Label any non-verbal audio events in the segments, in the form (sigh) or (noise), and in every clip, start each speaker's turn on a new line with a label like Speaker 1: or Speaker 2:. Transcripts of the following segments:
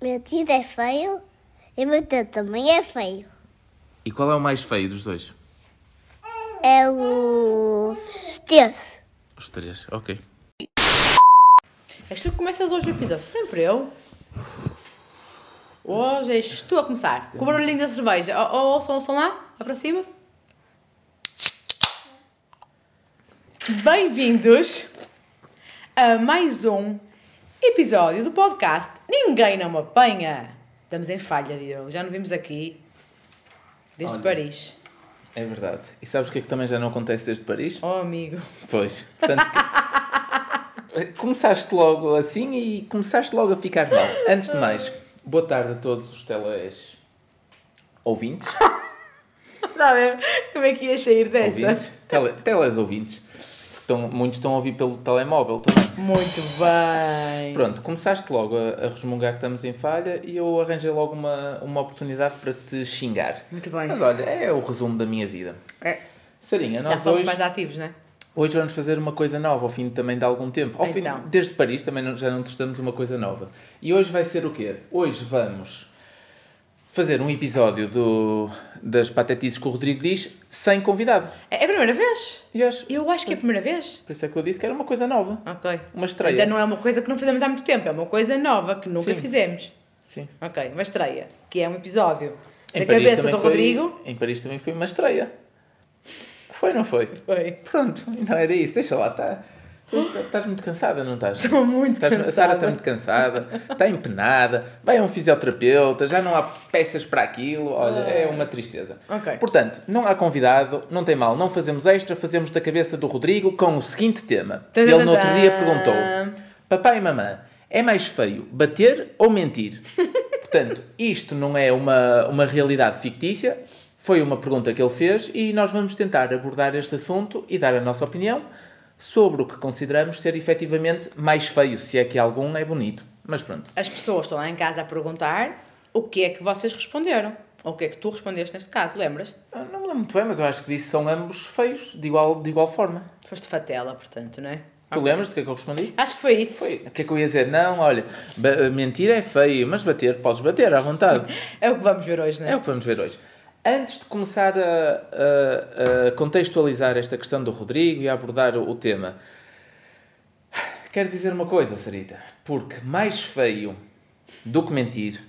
Speaker 1: meu tio é feio e meu tio também é feio.
Speaker 2: E qual é o mais feio dos dois?
Speaker 1: É o Esteves.
Speaker 2: Os três, ok.
Speaker 3: És tu que começas hoje o episódio, sempre eu. Hoje és tu a começar. Com o barulhinho da cerveja. Ó, ó, oh, ouçam, ouçam lá, lá para cima. Bem-vindos a mais um episódio do podcast Ninguém Não Me Apanha. Estamos em falha, Diogo. Já não vimos aqui desde
Speaker 2: Olha.
Speaker 3: Paris.
Speaker 2: É verdade. E sabes o que é que também já não acontece desde Paris?
Speaker 3: Oh,
Speaker 2: (laughs)
Speaker 3: amigo.
Speaker 2: Pois. Portanto, que- (laughs) começaste logo assim e começaste logo a ficar mal. Antes de mais, boa tarde a todos os teles
Speaker 3: (laughs)
Speaker 2: ouvintes.
Speaker 3: Está a ver como é que ia sair dessa?
Speaker 2: ouvintes tele, teles ouvintes. Estão, muitos estão a ouvir pelo telemóvel também.
Speaker 3: Muito bem.
Speaker 2: Pronto, começaste logo a, a resmungar que estamos em falha e eu arranjei logo uma, uma oportunidade para te xingar.
Speaker 3: Muito bem.
Speaker 2: Mas olha, é o resumo da minha vida.
Speaker 3: É,
Speaker 2: Sarinha,
Speaker 3: já
Speaker 2: nós
Speaker 3: somos
Speaker 2: hoje,
Speaker 3: mais ativos, não é?
Speaker 2: hoje vamos fazer uma coisa nova, ao fim também de algum tempo. Ao
Speaker 3: Então.
Speaker 2: fim, desde Paris também não- já não testamos uma coisa nova. E hoje vai ser o quê? Hoje vamos fazer um episódio do, das patetices que o Rodrigo diz sem convidado.
Speaker 3: É a primeira vez?
Speaker 2: Yes.
Speaker 3: Eu acho que é a primeira vez.
Speaker 2: Por isso é que eu disse que era uma coisa nova.
Speaker 3: Ok.
Speaker 2: Uma estreia.
Speaker 3: Ainda não é uma coisa que não fizemos há muito tempo, é uma coisa nova que nunca
Speaker 2: Sim.
Speaker 3: fizemos.
Speaker 2: Sim.
Speaker 3: Ok, uma estreia. Que é um episódio
Speaker 2: Em
Speaker 3: da
Speaker 2: Paris
Speaker 3: cabeça
Speaker 2: também
Speaker 3: do
Speaker 2: foi-
Speaker 3: Rodrigo.
Speaker 2: Em Paris também foi uma estreia. Foi, não foi?
Speaker 3: Foi.
Speaker 2: Pronto, (laughs) então era isso, deixa lá, tá. Tu tá- estás muito cansada, não estás?
Speaker 3: Estou muito
Speaker 2: Estás- A Sara está
Speaker 3: cansada.
Speaker 2: muito cansada, está empenada, vai a um fisioterapeuta, já não há peças para aquilo, olha, é uma tristeza.
Speaker 3: Ah. Ok.
Speaker 2: Portanto, não há convidado, não tem mal, não fazemos extra, fazemos da cabeça do Rodrigo com o seguinte tema.
Speaker 3: Tadadadá.
Speaker 2: Ele no outro dia perguntou: Papai e mamã, é mais feio bater ou mentir? Portanto, isto não é uma, uma realidade fictícia, foi uma pergunta que ele fez e nós vamos tentar abordar este assunto e dar a nossa opinião sobre o que consideramos ser efetivamente mais feio, se é que algum é bonito. Mas pronto,
Speaker 3: As pessoas estão lá em casa a perguntar o que é que vocês responderam. Ou o que é que tu respondeste neste caso, lembras-te?
Speaker 2: Ah, não me lembro muito bem, mas eu acho que disse são ambos feios, de igual, de igual forma.
Speaker 3: Foste fatela, portanto, não é?
Speaker 2: Tu lembras do que é que eu respondi?
Speaker 3: Acho que foi isso.
Speaker 2: Foi. O que é que eu ia dizer? Não, olha, ba- mentir é feio, mas bater, podes bater à vontade.
Speaker 3: É o que vamos ver hoje, não é?
Speaker 2: É o que vamos ver hoje. Antes de começar a, a- a contextualizar esta questão do Rodrigo e a abordar o, o tema, quero dizer uma coisa, Sarita. Porque mais feio do que mentir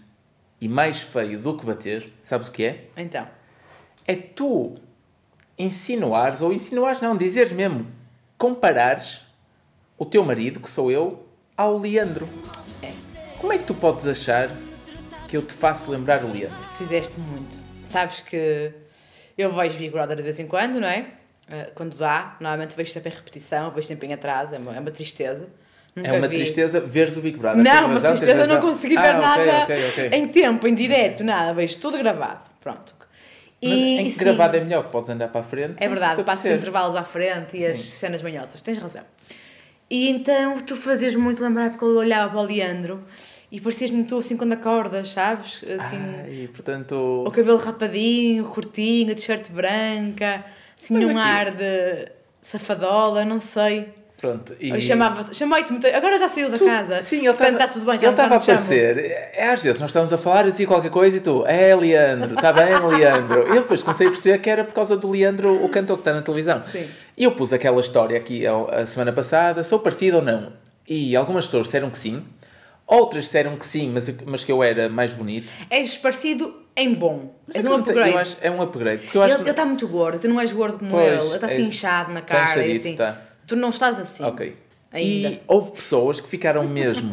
Speaker 2: e mais feio do que bater, sabes o que é?
Speaker 3: Então,
Speaker 2: É tu insinuares, ou insinuares não, dizeres mesmo, comparares o teu marido, que sou eu, ao Leandro.
Speaker 3: é.
Speaker 2: Como é que tu podes achar que eu te faço lembrar o Leandro?
Speaker 3: Fizeste muito. Sabes que eu vejo Big Brother de vez em quando, não é? Eh, Quando dá, normalmente vejo sempre em repetição, vejo sempre em atraso, é uma, é uma tristeza. Nunca
Speaker 2: É uma
Speaker 3: vi.
Speaker 2: tristeza veres o Big Brother. tens
Speaker 3: Não, uma
Speaker 2: razão, tens
Speaker 3: tristeza, não
Speaker 2: razão.
Speaker 3: consegui ver
Speaker 2: Ah, ok,
Speaker 3: nada
Speaker 2: ok, ok.
Speaker 3: em tempo, em direto, nada, vejo tudo gravado. Pronto.
Speaker 2: Mas em que
Speaker 3: sim,
Speaker 2: gravado é melhor, que podes andar para a frente.
Speaker 3: é verdade,
Speaker 2: passa
Speaker 3: passa os intervalos à frente e as
Speaker 2: Sim.
Speaker 3: cenas manhosas, tens razão. E então tu fazes muito lembrar porque eu olhava para o Leandro e parecias-me tu assim quando acordas, sabes? Assim,
Speaker 2: Ah, E portanto.
Speaker 3: o cabelo rapadinho, curtinho, a t-shirt branca, assim
Speaker 2: Mas
Speaker 3: num
Speaker 2: aqui-
Speaker 3: ar de safadola, não sei.
Speaker 2: Pronto. E...
Speaker 3: Eu chamava chamei-te muito. Agora já saiu da
Speaker 2: Tu-
Speaker 3: casa.
Speaker 2: Sim, ele
Speaker 3: Portanto,
Speaker 2: estava
Speaker 3: está tudo bem, já
Speaker 2: Ele
Speaker 3: já
Speaker 2: estava a
Speaker 3: não tá te chamo.
Speaker 2: aparecer. É, às vezes nós estamos a falar, eu dizia qualquer coisa e tu, é Leandro, está bem, Leandro. E eu depois comecei a perceber que era por causa do Leandro, o cantor que está na televisão.
Speaker 3: Sim.
Speaker 2: E eu pus aquela história aqui é a, a semana passada, sou parecido ou não? E algumas pessoas disseram que sim, outras disseram que sim, mas, mas que eu era mais bonito.
Speaker 3: És parecido em bom.
Speaker 2: Mas
Speaker 3: és
Speaker 2: é
Speaker 3: um
Speaker 2: que não tem-
Speaker 3: upgrade.
Speaker 2: Eu acho, é um upgrade. Porque eu
Speaker 3: Ele
Speaker 2: acho
Speaker 3: ele
Speaker 2: que...
Speaker 3: está muito gordo, tu não és gordo como
Speaker 2: Pois,
Speaker 3: ele. Ele está
Speaker 2: é
Speaker 3: assim
Speaker 2: isso.
Speaker 3: inchado na
Speaker 2: Tá
Speaker 3: cara. e
Speaker 2: inchadito,
Speaker 3: assim.
Speaker 2: tá.
Speaker 3: Tu não estás assim.
Speaker 2: Ok.
Speaker 3: Ainda.
Speaker 2: E houve pessoas que ficaram (laughs) mesmo.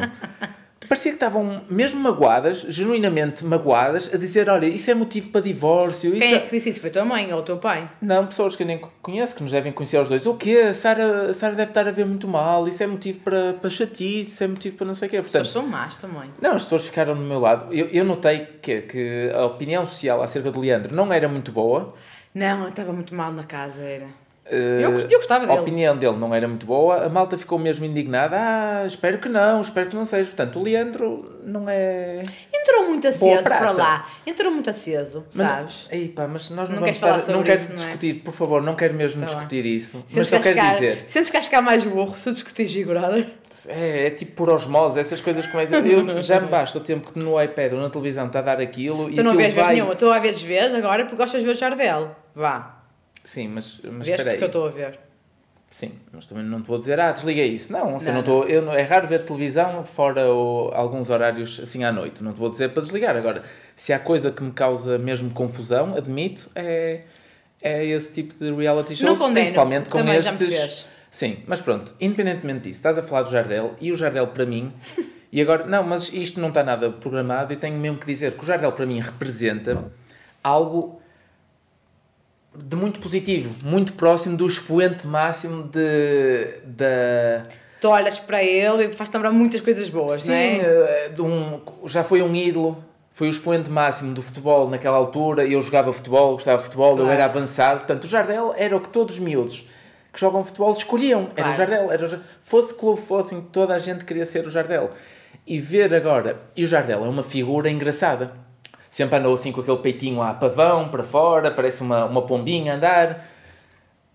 Speaker 2: Parecia que estavam mesmo magoadas, genuinamente magoadas, a dizer: olha, isso é motivo para divórcio. Isso
Speaker 3: Quem é
Speaker 2: é-
Speaker 3: que disse isso? Foi tua mãe ou o teu pai?
Speaker 2: Não, pessoas que eu nem conheço, que nos devem conhecer os dois. O quê? A Sara, a Sara deve estar a ver muito mal, isso é motivo para, para chatice, isso é motivo para não sei o quê.
Speaker 3: Eles
Speaker 2: Portanto,
Speaker 3: são más também.
Speaker 2: não, as pessoas ficaram do meu lado. Eu, eu notei que, que a opinião social acerca do Leandro não era muito boa.
Speaker 3: Não, eu estava muito mal na casa, era.
Speaker 2: Eh,
Speaker 3: Eu gost- eu gostava dele.
Speaker 2: A opinião dele não era muito boa, a malta ficou mesmo indignada. Ah, espero que não, espero que não seja. Portanto, o Leandro não é.
Speaker 3: E entrou muito aceso para
Speaker 2: praça.
Speaker 3: lá. Entrou muito aceso, sabes?
Speaker 2: Ei, pá, mas nós não,
Speaker 3: Não
Speaker 2: vamos
Speaker 3: queres falar
Speaker 2: estar. Não
Speaker 3: sobre
Speaker 2: quero
Speaker 3: isso, não é?
Speaker 2: discutir, por favor, não quero mesmo
Speaker 3: Tá bem.
Speaker 2: discutir isso. mas
Speaker 3: Sentes
Speaker 2: só
Speaker 3: que vais
Speaker 2: quero
Speaker 3: ficar-
Speaker 2: dizer.
Speaker 3: Sentes que vais ficar mais burro se discutires Big Brother?
Speaker 2: É, é tipo por osmose, essas coisas como essa.
Speaker 3: (laughs)
Speaker 2: Eu já me basta o tempo que no iPad ou na televisão está a dar aquilo e
Speaker 3: Tu não
Speaker 2: aquilo
Speaker 3: vês vez
Speaker 2: vai.
Speaker 3: nenhuma. Tu às vezes vês agora porque gostas de ver o Jardel. Vá.
Speaker 2: Sim, mas, mas
Speaker 3: Vês
Speaker 2: espera
Speaker 3: porque
Speaker 2: aí.
Speaker 3: eu estou a ver.
Speaker 2: Sim, mas também não te vou dizer, ah, desliga isso. Não, ou seja,
Speaker 3: Não,
Speaker 2: não, estou- eu não- é raro ver televisão fora o- alguns horários assim à noite. Não te vou dizer para desligar. Agora, se há coisa que me causa mesmo confusão, admito, é, é esse tipo de reality
Speaker 3: Não
Speaker 2: shows,
Speaker 3: condeno.
Speaker 2: principalmente com
Speaker 3: Também já me
Speaker 2: estes.
Speaker 3: fez.
Speaker 2: Sim, mas pronto, independentemente disso, estás a falar do Jardel e o Jardel para mim. E agora, não, mas isto não está nada programado e tenho mesmo que dizer que o Jardel para mim representa algo de muito positivo, muito próximo do expoente máximo de. da
Speaker 3: Tu olhas para ele e faz lembrar muitas coisas boas,
Speaker 2: Sim,
Speaker 3: não é?
Speaker 2: eh, de um- já foi um ídolo, foi o expoente máximo do futebol naquela altura. Eu jogava futebol, gostava de futebol, eu
Speaker 3: Claro.
Speaker 2: era avançado. Portanto, o Jardel era o que todos os miúdos que jogam futebol escolhiam. Era o
Speaker 3: Claro.
Speaker 2: Jardel, era o Jar- fosse clube, fosse, toda a gente queria ser o Jardel. E ver agora, e o Jardel é uma figura engraçada. Sempre andou assim com aquele peitinho a pavão, para fora, parece uma, uma pombinha a andar.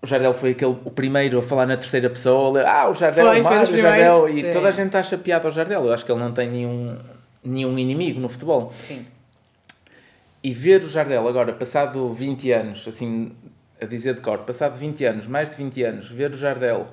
Speaker 2: O Jardel foi aquele, o primeiro a falar na terceira pessoa. Ah, o Jardel,
Speaker 3: Foi, foi
Speaker 2: o Mário,
Speaker 3: dos
Speaker 2: o Jardel.
Speaker 3: primeiros,
Speaker 2: E
Speaker 3: sim.
Speaker 2: toda a gente acha piada ao Jardel. Eu acho que ele não tem nenhum, nenhum inimigo no futebol.
Speaker 3: Sim.
Speaker 2: E ver o Jardel agora, passado 20 anos, assim, a dizer de cor, passado 20 anos, mais de 20 anos, ver o Jardel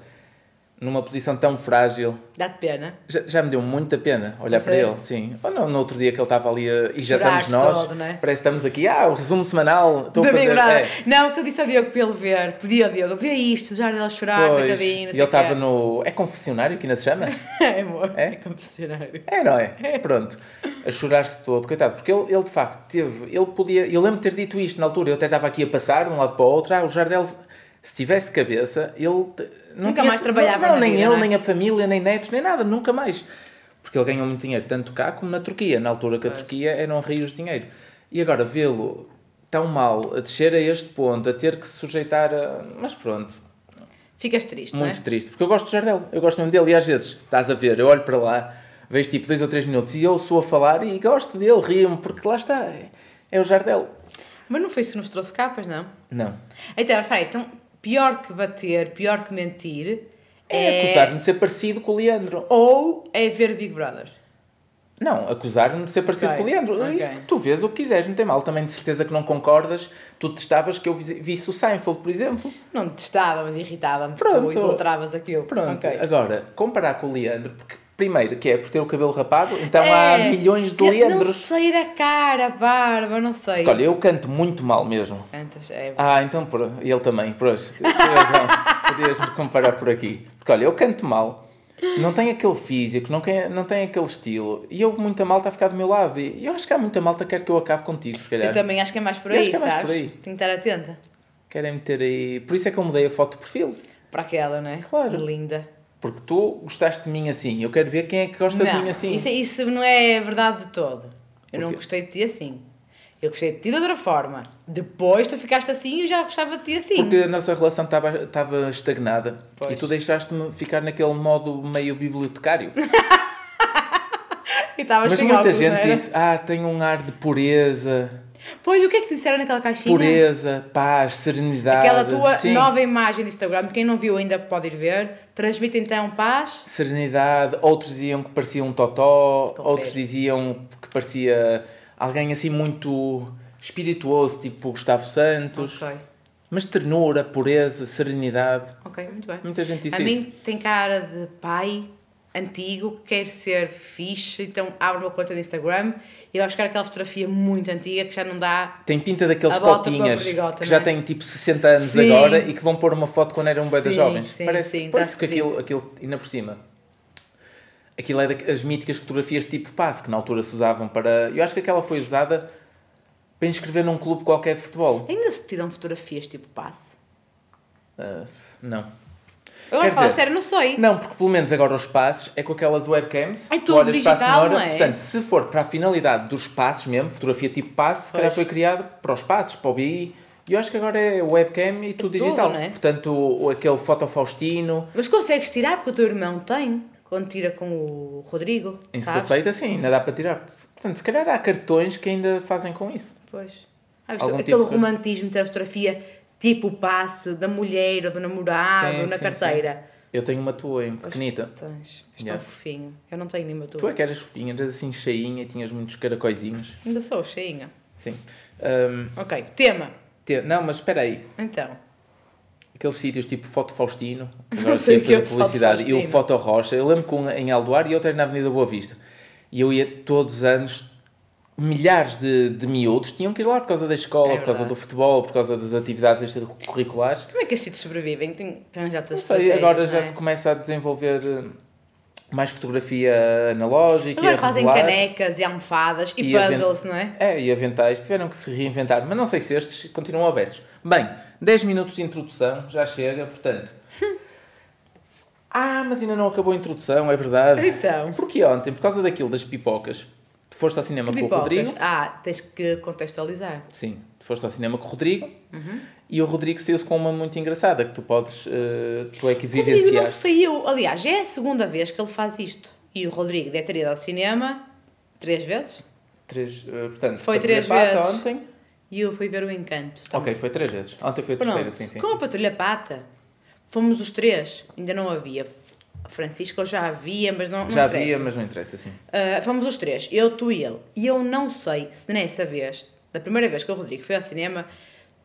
Speaker 2: numa posição tão frágil,
Speaker 3: Dá-te pena.
Speaker 2: já, já me deu muita pena olhar
Speaker 3: A
Speaker 2: para
Speaker 3: sério?
Speaker 2: ele, sim. Ou não, no outro dia que ele estava ali eh, e já
Speaker 3: Choraste
Speaker 2: estamos nós,
Speaker 3: todo, não é?
Speaker 2: parece que estamos aqui, ah, o resumo semanal, estou a
Speaker 3: Da Big
Speaker 2: fazer...
Speaker 3: Brother.
Speaker 2: é.
Speaker 3: Não, que eu disse ao Diogo para ele ver. Pedi ao Diogo, vê isto, o Jardel chorar,
Speaker 2: Pois,
Speaker 3: Ah, coitadinho.
Speaker 2: e
Speaker 3: não
Speaker 2: ele
Speaker 3: sei o quê.
Speaker 2: estava no... é confessionário que ainda se chama?
Speaker 3: (laughs) É, amor.
Speaker 2: É?
Speaker 3: É, confessionário.
Speaker 2: É, não é? Pronto. A chorar-se todo, coitado. Porque ele, ele de facto teve. Ele podia. Eu lembro de ter dito isto na altura. Eu até estava aqui a passar de um lado para o outro. Ah, o Jardel, se tivesse cabeça, ele. te- não
Speaker 3: Nunca mais trabalhava
Speaker 2: Não, não
Speaker 3: na
Speaker 2: nem
Speaker 3: vida,
Speaker 2: ele,
Speaker 3: não é?
Speaker 2: nem a família, nem netos, nem nada. Nunca mais. Porque ele ganhou muito dinheiro, tanto cá como na Turquia. Na altura que a Turquia eram rios de dinheiro. E agora vê-lo tão mal, a descer a este ponto, a ter que se sujeitar a. Mas pronto.
Speaker 3: Ficas triste, não é?
Speaker 2: Muito triste, porque eu gosto do Jardel, eu gosto mesmo dele. E às vezes, estás a ver, eu olho para lá, vejo tipo dois ou três minutos e eu sou a falar e gosto dele, rio-me, porque lá está, é, é o Jardel.
Speaker 3: Mas não foi isso que nos trouxe capas, não?
Speaker 2: Não.
Speaker 3: Então, peraí, então, pior que bater, pior que mentir
Speaker 2: É, acusar-me de ser parecido com o Leandro.
Speaker 3: Ou é ver Big Brother.
Speaker 2: Não, acusar-me de ser parecido
Speaker 3: Ok,
Speaker 2: com o Leandro.
Speaker 3: ok.
Speaker 2: Isso que tu vês o que quiseres, não tem mal. Também de certeza que não concordas, tu testavas que eu vi- visse o Seinfeld, por exemplo.
Speaker 3: Não detestava, mas irritava-me.
Speaker 2: Pronto.
Speaker 3: Pronto. Tu idolatravas aquilo.
Speaker 2: Pronto,
Speaker 3: Ok.
Speaker 2: agora, comparar com o Leandro, porque primeiro, que é por ter o cabelo rapado, então há
Speaker 3: É,
Speaker 2: milhões de
Speaker 3: que
Speaker 2: Leandros.
Speaker 3: Não sei a cara, a barba, não sei.
Speaker 2: Porque, Olha, eu canto muito mal mesmo.
Speaker 3: Antes, é...
Speaker 2: Ah, então por, ele também, por hoje. Tens razão. Podias me comparar por aqui. Porque olha, eu canto mal, não tenho aquele físico, não, tem- não tenho aquele estilo. E houve muita malta a ficar do meu lado. E eu acho que há muita malta que quer que eu acabe contigo, se calhar.
Speaker 3: Eu também acho que é mais por
Speaker 2: Eu
Speaker 3: aí,
Speaker 2: acho que é mais
Speaker 3: sabes?
Speaker 2: por aí.
Speaker 3: Tenho que estar atenta.
Speaker 2: Querem meter aí. Por isso é que eu mudei a foto de perfil.
Speaker 3: Para aquela, não é?
Speaker 2: Claro.
Speaker 3: Linda.
Speaker 2: Porque tu gostaste de mim assim. Eu quero ver quem é que gosta de mim assim.
Speaker 3: Isso, isso não é verdade de todo. Eu não
Speaker 2: quê?
Speaker 3: gostei de ti assim. Eu gostei de ti de outra forma. Depois tu ficaste assim e eu já gostava de ti assim.
Speaker 2: Porque a nossa relação estava- estava estagnada.
Speaker 3: Pois.
Speaker 2: E tu deixaste-me ficar naquele modo meio bibliotecário.
Speaker 3: E estavas
Speaker 2: Mas
Speaker 3: sem
Speaker 2: muita
Speaker 3: óculos, não
Speaker 2: gente
Speaker 3: era?
Speaker 2: disse: Ah, tem um ar de pureza.
Speaker 3: Pois, o que é que te disseram naquela caixinha?
Speaker 2: Pureza, paz, serenidade.
Speaker 3: Aquela tua
Speaker 2: Ah, Sim.
Speaker 3: nova imagem de Instagram, quem não viu ainda pode ir ver. Transmite então paz.
Speaker 2: Serenidade. Outros diziam que parecia um totó,
Speaker 3: Confere.
Speaker 2: outros diziam que parecia alguém assim muito espirituoso, tipo o Gustavo Santos.
Speaker 3: Ok,
Speaker 2: Mas ternura, pureza, serenidade.
Speaker 3: ok, muito bem.
Speaker 2: Muita gente disse
Speaker 3: a
Speaker 2: isso.
Speaker 3: mim tem cara de pai antigo que quer ser fixe, então abre uma conta no Instagram e vai buscar aquela fotografia muito antiga que já não dá.
Speaker 2: Tem pinta daqueles
Speaker 3: A volta com a
Speaker 2: cotinhas
Speaker 3: perdigota,
Speaker 2: que já
Speaker 3: né?
Speaker 2: têm tipo 60 anos
Speaker 3: Sim.
Speaker 2: agora e que vão pôr uma foto quando eram um bebê
Speaker 3: Sim,
Speaker 2: jovens.
Speaker 3: sim,
Speaker 2: Parece,
Speaker 3: sim,
Speaker 2: pois,
Speaker 3: tá
Speaker 2: porque aquilo,
Speaker 3: esquisito.
Speaker 2: aquilo, ainda por cima, aquilo é das míticas fotografias tipo passe que na altura se usavam para. Eu acho que aquela foi usada para inscrever num clube qualquer de futebol.
Speaker 3: Ainda se tiram fotografias tipo passe.
Speaker 2: Ah, não.
Speaker 3: Agora
Speaker 2: Quer
Speaker 3: fala
Speaker 2: dizer-
Speaker 3: sério, não sei.
Speaker 2: Não, porque pelo menos agora os passes é com aquelas webcams.
Speaker 3: Ai,
Speaker 2: tu
Speaker 3: É tudo
Speaker 2: olhas para a
Speaker 3: digital,
Speaker 2: senhora.
Speaker 3: não é?
Speaker 2: Portanto, se for para a finalidade dos passes mesmo, fotografia tipo passe, se calhar
Speaker 3: Pois.
Speaker 2: foi criado para os passes, para o BI. E eu acho que agora é webcam e tudo digital.
Speaker 3: não é?
Speaker 2: Portanto, o- aquele foto Faustino.
Speaker 3: Mas consegues tirar porque o teu irmão tem. quando tira com o Rodrigo.
Speaker 2: Em
Speaker 3: sabes?
Speaker 2: sexta-feita, sim, ainda dá para tirar-te. Portanto, se calhar há cartões que ainda fazem com isso.
Speaker 3: Pois. Ah, isto-
Speaker 2: Algum
Speaker 3: aquele
Speaker 2: tipo de-
Speaker 3: romantismo da fotografia, tipo o passe da mulher ou do namorado
Speaker 2: Sim,
Speaker 3: na
Speaker 2: sim,
Speaker 3: Ah, carteira.
Speaker 2: Eu tenho uma tua em pequenita.
Speaker 3: Tens. És
Speaker 2: Yeah.
Speaker 3: tão fofinho. Eu não tenho nenhuma
Speaker 2: Tu é
Speaker 3: tua.
Speaker 2: que eras fofinha, eras assim cheinha, tinhas muitos caracóizinhos.
Speaker 3: Ainda sou cheinha.
Speaker 2: Sim. Ahm,
Speaker 3: Ok, tema.
Speaker 2: te- não, mas espera aí.
Speaker 3: Então.
Speaker 2: Aqueles sítios tipo Foto
Speaker 3: (laughs)
Speaker 2: Faustino, agora sei
Speaker 3: sei o que é
Speaker 2: fazer
Speaker 3: Foto
Speaker 2: publicidade, e o
Speaker 3: Faustino.
Speaker 2: Foto Rocha. Eu lembro que um em Aldoar e outro era na Avenida Boa Vista. E eu ia todos os anos, milhares de, de miúdos tinham que ir lá por causa da escola,
Speaker 3: É
Speaker 2: por causa
Speaker 3: verdade.
Speaker 2: do futebol, por causa das atividades extracurriculares.
Speaker 3: Como é que estes sítios sobrevivem? Tem, tem já
Speaker 2: Não sei, agora
Speaker 3: é?
Speaker 2: já se começa a desenvolver eh, mais fotografia analógica e a
Speaker 3: Agora é fazem
Speaker 2: revelar.
Speaker 3: canecas e almofadas e,
Speaker 2: E a ven-
Speaker 3: puzzles, não é?
Speaker 2: É, e aventais tiveram que se reinventar, mas não sei se estes continuam abertos. Bem, 10 minutos de introdução, já chega,
Speaker 3: (laughs)
Speaker 2: portanto. ah, mas ainda não acabou a introdução, é verdade.
Speaker 3: Então.
Speaker 2: Porque ontem, por causa daquilo das pipocas, tu foste ao cinema com o
Speaker 3: Pipocas.
Speaker 2: Rodrigo.
Speaker 3: Ah, tens que contextualizar.
Speaker 2: Sim, tu foste ao cinema com o Rodrigo.
Speaker 3: Uhum.
Speaker 2: E o Rodrigo saiu-se com uma muito engraçada que tu podes. eh, tu é que
Speaker 3: O Rodrigo não
Speaker 2: vivenciaste.
Speaker 3: saiu. Aliás, já é a segunda vez que ele faz isto. E o Rodrigo deve ter ido ao cinema três vezes.
Speaker 2: Três, eh, portanto,
Speaker 3: Foi
Speaker 2: a primeira
Speaker 3: três
Speaker 2: pata
Speaker 3: vezes.
Speaker 2: ontem.
Speaker 3: E eu fui ver o Encanto.
Speaker 2: Ok, foi três vezes. Ontem foi a
Speaker 3: Pronto,
Speaker 2: terceira, sim, sim.
Speaker 3: com a Patrulha Pata, fomos os três. Ainda não havia. A Francisca eu já havia, mas não, não
Speaker 2: Já
Speaker 3: interessa.
Speaker 2: havia, mas não interessa, sim.
Speaker 3: Ah, fomos os três, eu, tu e ele. E eu não sei se nessa vez, da primeira vez que o Rodrigo foi ao cinema,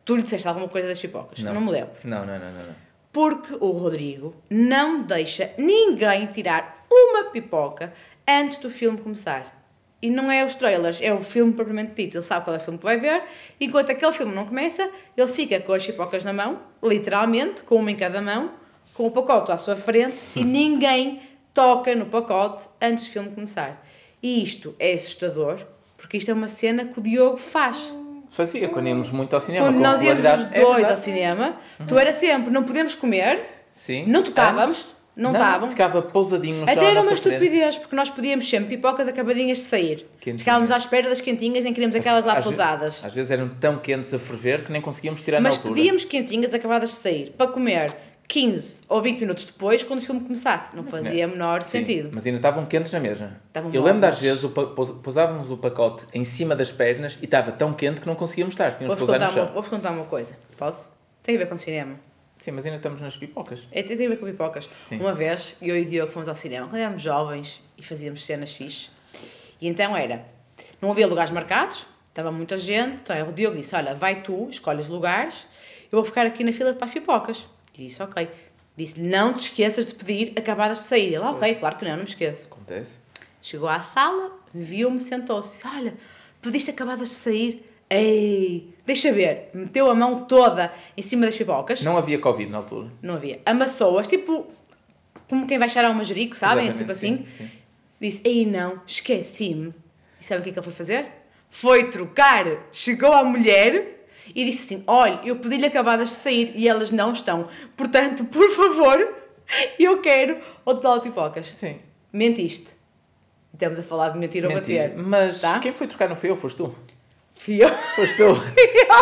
Speaker 3: tu lhe disseste alguma coisa das pipocas. Não, me lembro.
Speaker 2: Não, não, não, não. não.
Speaker 3: Porque o Rodrigo não deixa ninguém tirar uma pipoca antes do filme começar. E não é os trailers, é o filme propriamente dito. Ele sabe qual é o filme que vai ver. Enquanto aquele filme não começa, ele fica com as pipocas na mão, literalmente, com uma em cada mão, com o pacote à sua frente
Speaker 2: (laughs)
Speaker 3: e ninguém toca no pacote antes do filme começar. E isto é assustador, porque isto é uma cena que o Diogo faz
Speaker 2: Fazia, quando íamos muito ao cinema,
Speaker 3: quando
Speaker 2: com
Speaker 3: nós íamos
Speaker 2: regularidade.
Speaker 3: os
Speaker 2: É
Speaker 3: dois ao
Speaker 2: verdade. Uhum.
Speaker 3: cinema, tu era sempre, não podemos comer,
Speaker 2: Sim.
Speaker 3: não tocávamos,
Speaker 2: Antes,
Speaker 3: não estávamos.
Speaker 2: Ficava pousadinho no chão.
Speaker 3: até
Speaker 2: à
Speaker 3: era
Speaker 2: nossa
Speaker 3: uma
Speaker 2: frente.
Speaker 3: estupidez, porque nós podíamos sempre pipocas acabadinhas de sair.
Speaker 2: Quentinhas.
Speaker 3: Ficávamos à espera das quentinhas, nem queríamos aquelas lá
Speaker 2: Às ve-
Speaker 3: pousadas.
Speaker 2: Às vezes eram tão quentes a ferver que nem conseguíamos tirar
Speaker 3: Mas
Speaker 2: na altura.
Speaker 3: pedíamos quentinhas acabadas de sair para comer 15 ou 20 minutos depois, quando o filme começasse. Não fazia menor
Speaker 2: é. Sim,
Speaker 3: sentido.
Speaker 2: Mas ainda estavam quentes na mesma.
Speaker 3: Estavam
Speaker 2: Eu lembro de às
Speaker 3: mortas.
Speaker 2: vezes o pa- pous- pousávamos o pacote em cima das pernas e estava tão quente que não conseguíamos estar. Tínhamos que
Speaker 3: Vou-vos
Speaker 2: pousar no
Speaker 3: contar, uma-
Speaker 2: chão.
Speaker 3: vou-vos contar uma coisa, posso? Tem a ver com cinema.
Speaker 2: Sim, mas ainda estamos nas pipocas.
Speaker 3: É, tem tem a ver com pipocas.
Speaker 2: Sim.
Speaker 3: Uma vez, eu e o Diogo fomos ao cinema, quando éramos jovens e fazíamos cenas fixe. E então era, não havia lugares marcados, estava muita gente, então o Diogo disse, olha, vai tu, escolhes lugares, eu vou ficar aqui na fila para as pipocas. E disse, ok. Disse-lhe, não te esqueças de pedir acabadas de sair. Ele, ah, ok, claro que não, não me esqueço.
Speaker 2: Acontece.
Speaker 3: Chegou à sala, viu-me, sentou-se. Disse, olha, pediste acabadas de sair. Ei, deixa ver. Meteu a mão toda em cima das pipocas.
Speaker 2: Não havia Covid na altura.
Speaker 3: Não havia. Amassou-as, tipo, como quem vai cheirar um manjerico, sabem?
Speaker 2: Exatamente,
Speaker 3: Tipo assim.
Speaker 2: sim, sim.
Speaker 3: Disse, ei não, esqueci-me. E sabe o que é que ele foi fazer? Foi trocar. Chegou à mulher e disse assim, olha, eu pedi-lhe acabadas de sair e elas não estão. Portanto, por favor, (laughs) eu quero o total de pipocas.
Speaker 2: Sim.
Speaker 3: Mentiste. Estamos a falar de mentir ou
Speaker 2: Mentira.
Speaker 3: bater.
Speaker 2: Mas
Speaker 3: Tá?
Speaker 2: quem foi trocar não foi eu, foste tu.
Speaker 3: Fio.
Speaker 2: Pois
Speaker 3: (laughs)
Speaker 2: tu.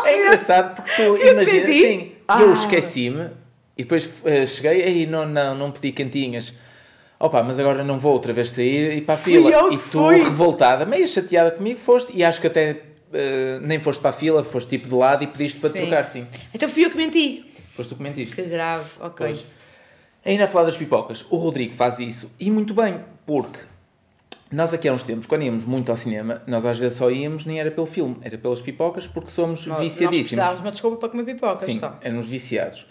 Speaker 2: É engraçado porque tu
Speaker 3: Eu
Speaker 2: imaginas.
Speaker 3: pedi.
Speaker 2: Sim,
Speaker 3: Ah.
Speaker 2: eu esqueci-me e depois eh, cheguei aí não, não, não pedi cantinhas. Opa, mas agora não vou outra vez sair e para a
Speaker 3: eu
Speaker 2: fila.
Speaker 3: que
Speaker 2: E tu,
Speaker 3: fui.
Speaker 2: revoltada, meio chateada comigo, foste e acho que até eh, nem foste para a fila, foste tipo de lado e pediste para te trocar, sim.
Speaker 3: Então fui eu que menti.
Speaker 2: Foste tu que mentiste.
Speaker 3: Que grave, ok.
Speaker 2: Pois. Ainda a falar das pipocas, o Rodrigo faz isso e muito bem, porque nós aqui há uns tempos, quando íamos muito ao cinema, nós às vezes só íamos, nem era pelo filme, era pelas pipocas, porque somos
Speaker 3: Nós- Nós
Speaker 2: viciadíssimos.
Speaker 3: precisávamos de uma desculpa para comer pipocas
Speaker 2: Sim,
Speaker 3: só.
Speaker 2: éramos viciados.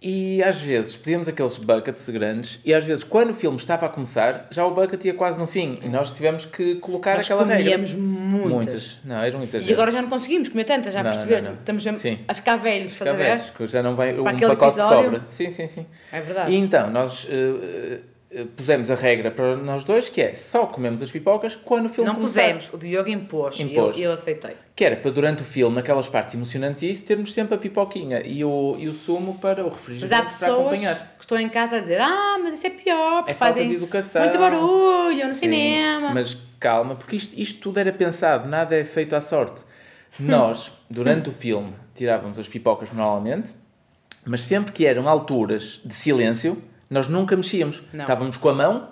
Speaker 2: E às vezes pedíamos aqueles buckets grandes, e às vezes, quando o filme estava a começar, já o bucket ia quase no fim, e nós tivemos que colocar
Speaker 3: Nós
Speaker 2: aquela regra.
Speaker 3: comíamos muitas.
Speaker 2: Não, era um exagero.
Speaker 3: E agora já não conseguimos comer tantas, já
Speaker 2: Não,
Speaker 3: percebeste?
Speaker 2: não, não.
Speaker 3: Estamos mesmo
Speaker 2: Sim.
Speaker 3: a ficar velhos,
Speaker 2: Fica
Speaker 3: estás a ver?
Speaker 2: aberto, que já não vai um
Speaker 3: aquele
Speaker 2: pacote
Speaker 3: episódio.
Speaker 2: sobra. Sim, sim, sim.
Speaker 3: É verdade.
Speaker 2: E então, nós eh, eh, pusemos a regra para nós dois, que é só comemos as pipocas quando o filme
Speaker 3: Não
Speaker 2: começar.
Speaker 3: pusemos, o Diogo impôs,
Speaker 2: Impôs.
Speaker 3: E eu, eu aceitei.
Speaker 2: Que era para durante o filme, naquelas partes emocionantes e isso, termos sempre a pipoquinha e o, e o sumo para o
Speaker 3: Mas há
Speaker 2: refrigerante para
Speaker 3: pessoas
Speaker 2: acompanhar.
Speaker 3: que estão em casa a dizer ah, mas isso é pior, porque
Speaker 2: É falta
Speaker 3: fazem
Speaker 2: de educação.
Speaker 3: muito barulho no
Speaker 2: Sim,
Speaker 3: cinema.
Speaker 2: Mas calma, porque isto, isto tudo era pensado, nada é feito à sorte.
Speaker 3: (laughs)
Speaker 2: Nós, durante o filme, tirávamos as pipocas normalmente, mas sempre que eram alturas de silêncio, nós nunca mexíamos.
Speaker 3: Não.
Speaker 2: Estávamos com a mão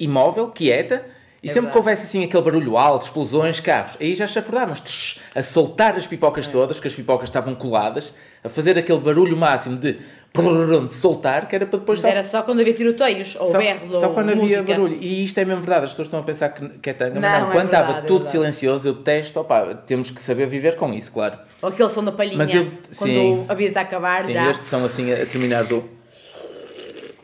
Speaker 2: imóvel, quieta, e sempre
Speaker 3: verdade.
Speaker 2: que houvesse assim aquele barulho alto, explosões, carros, aí já chafurdávamos tsh, a soltar as pipocas
Speaker 3: É.
Speaker 2: todas, que as pipocas estavam coladas, a fazer aquele barulho máximo de, prrrrum, de soltar, que era para depois
Speaker 3: Mas era só quando havia tiroteios, ou
Speaker 2: só,
Speaker 3: berros,
Speaker 2: só
Speaker 3: ou
Speaker 2: quando
Speaker 3: música.
Speaker 2: havia barulho. E isto é mesmo verdade, as pessoas estão a pensar que, que é tanga, mas
Speaker 3: Não,
Speaker 2: não,
Speaker 3: é
Speaker 2: quando
Speaker 3: verdade,
Speaker 2: estava
Speaker 3: é
Speaker 2: tudo
Speaker 3: verdade.
Speaker 2: silencioso, eu detesto, opá, temos que saber viver com isso, claro.
Speaker 3: Ou aquele som da palhinha,
Speaker 2: Mas eu-
Speaker 3: quando
Speaker 2: sim.
Speaker 3: a vida está a acabar
Speaker 2: Sim,
Speaker 3: já.
Speaker 2: estes são assim a, a terminar do.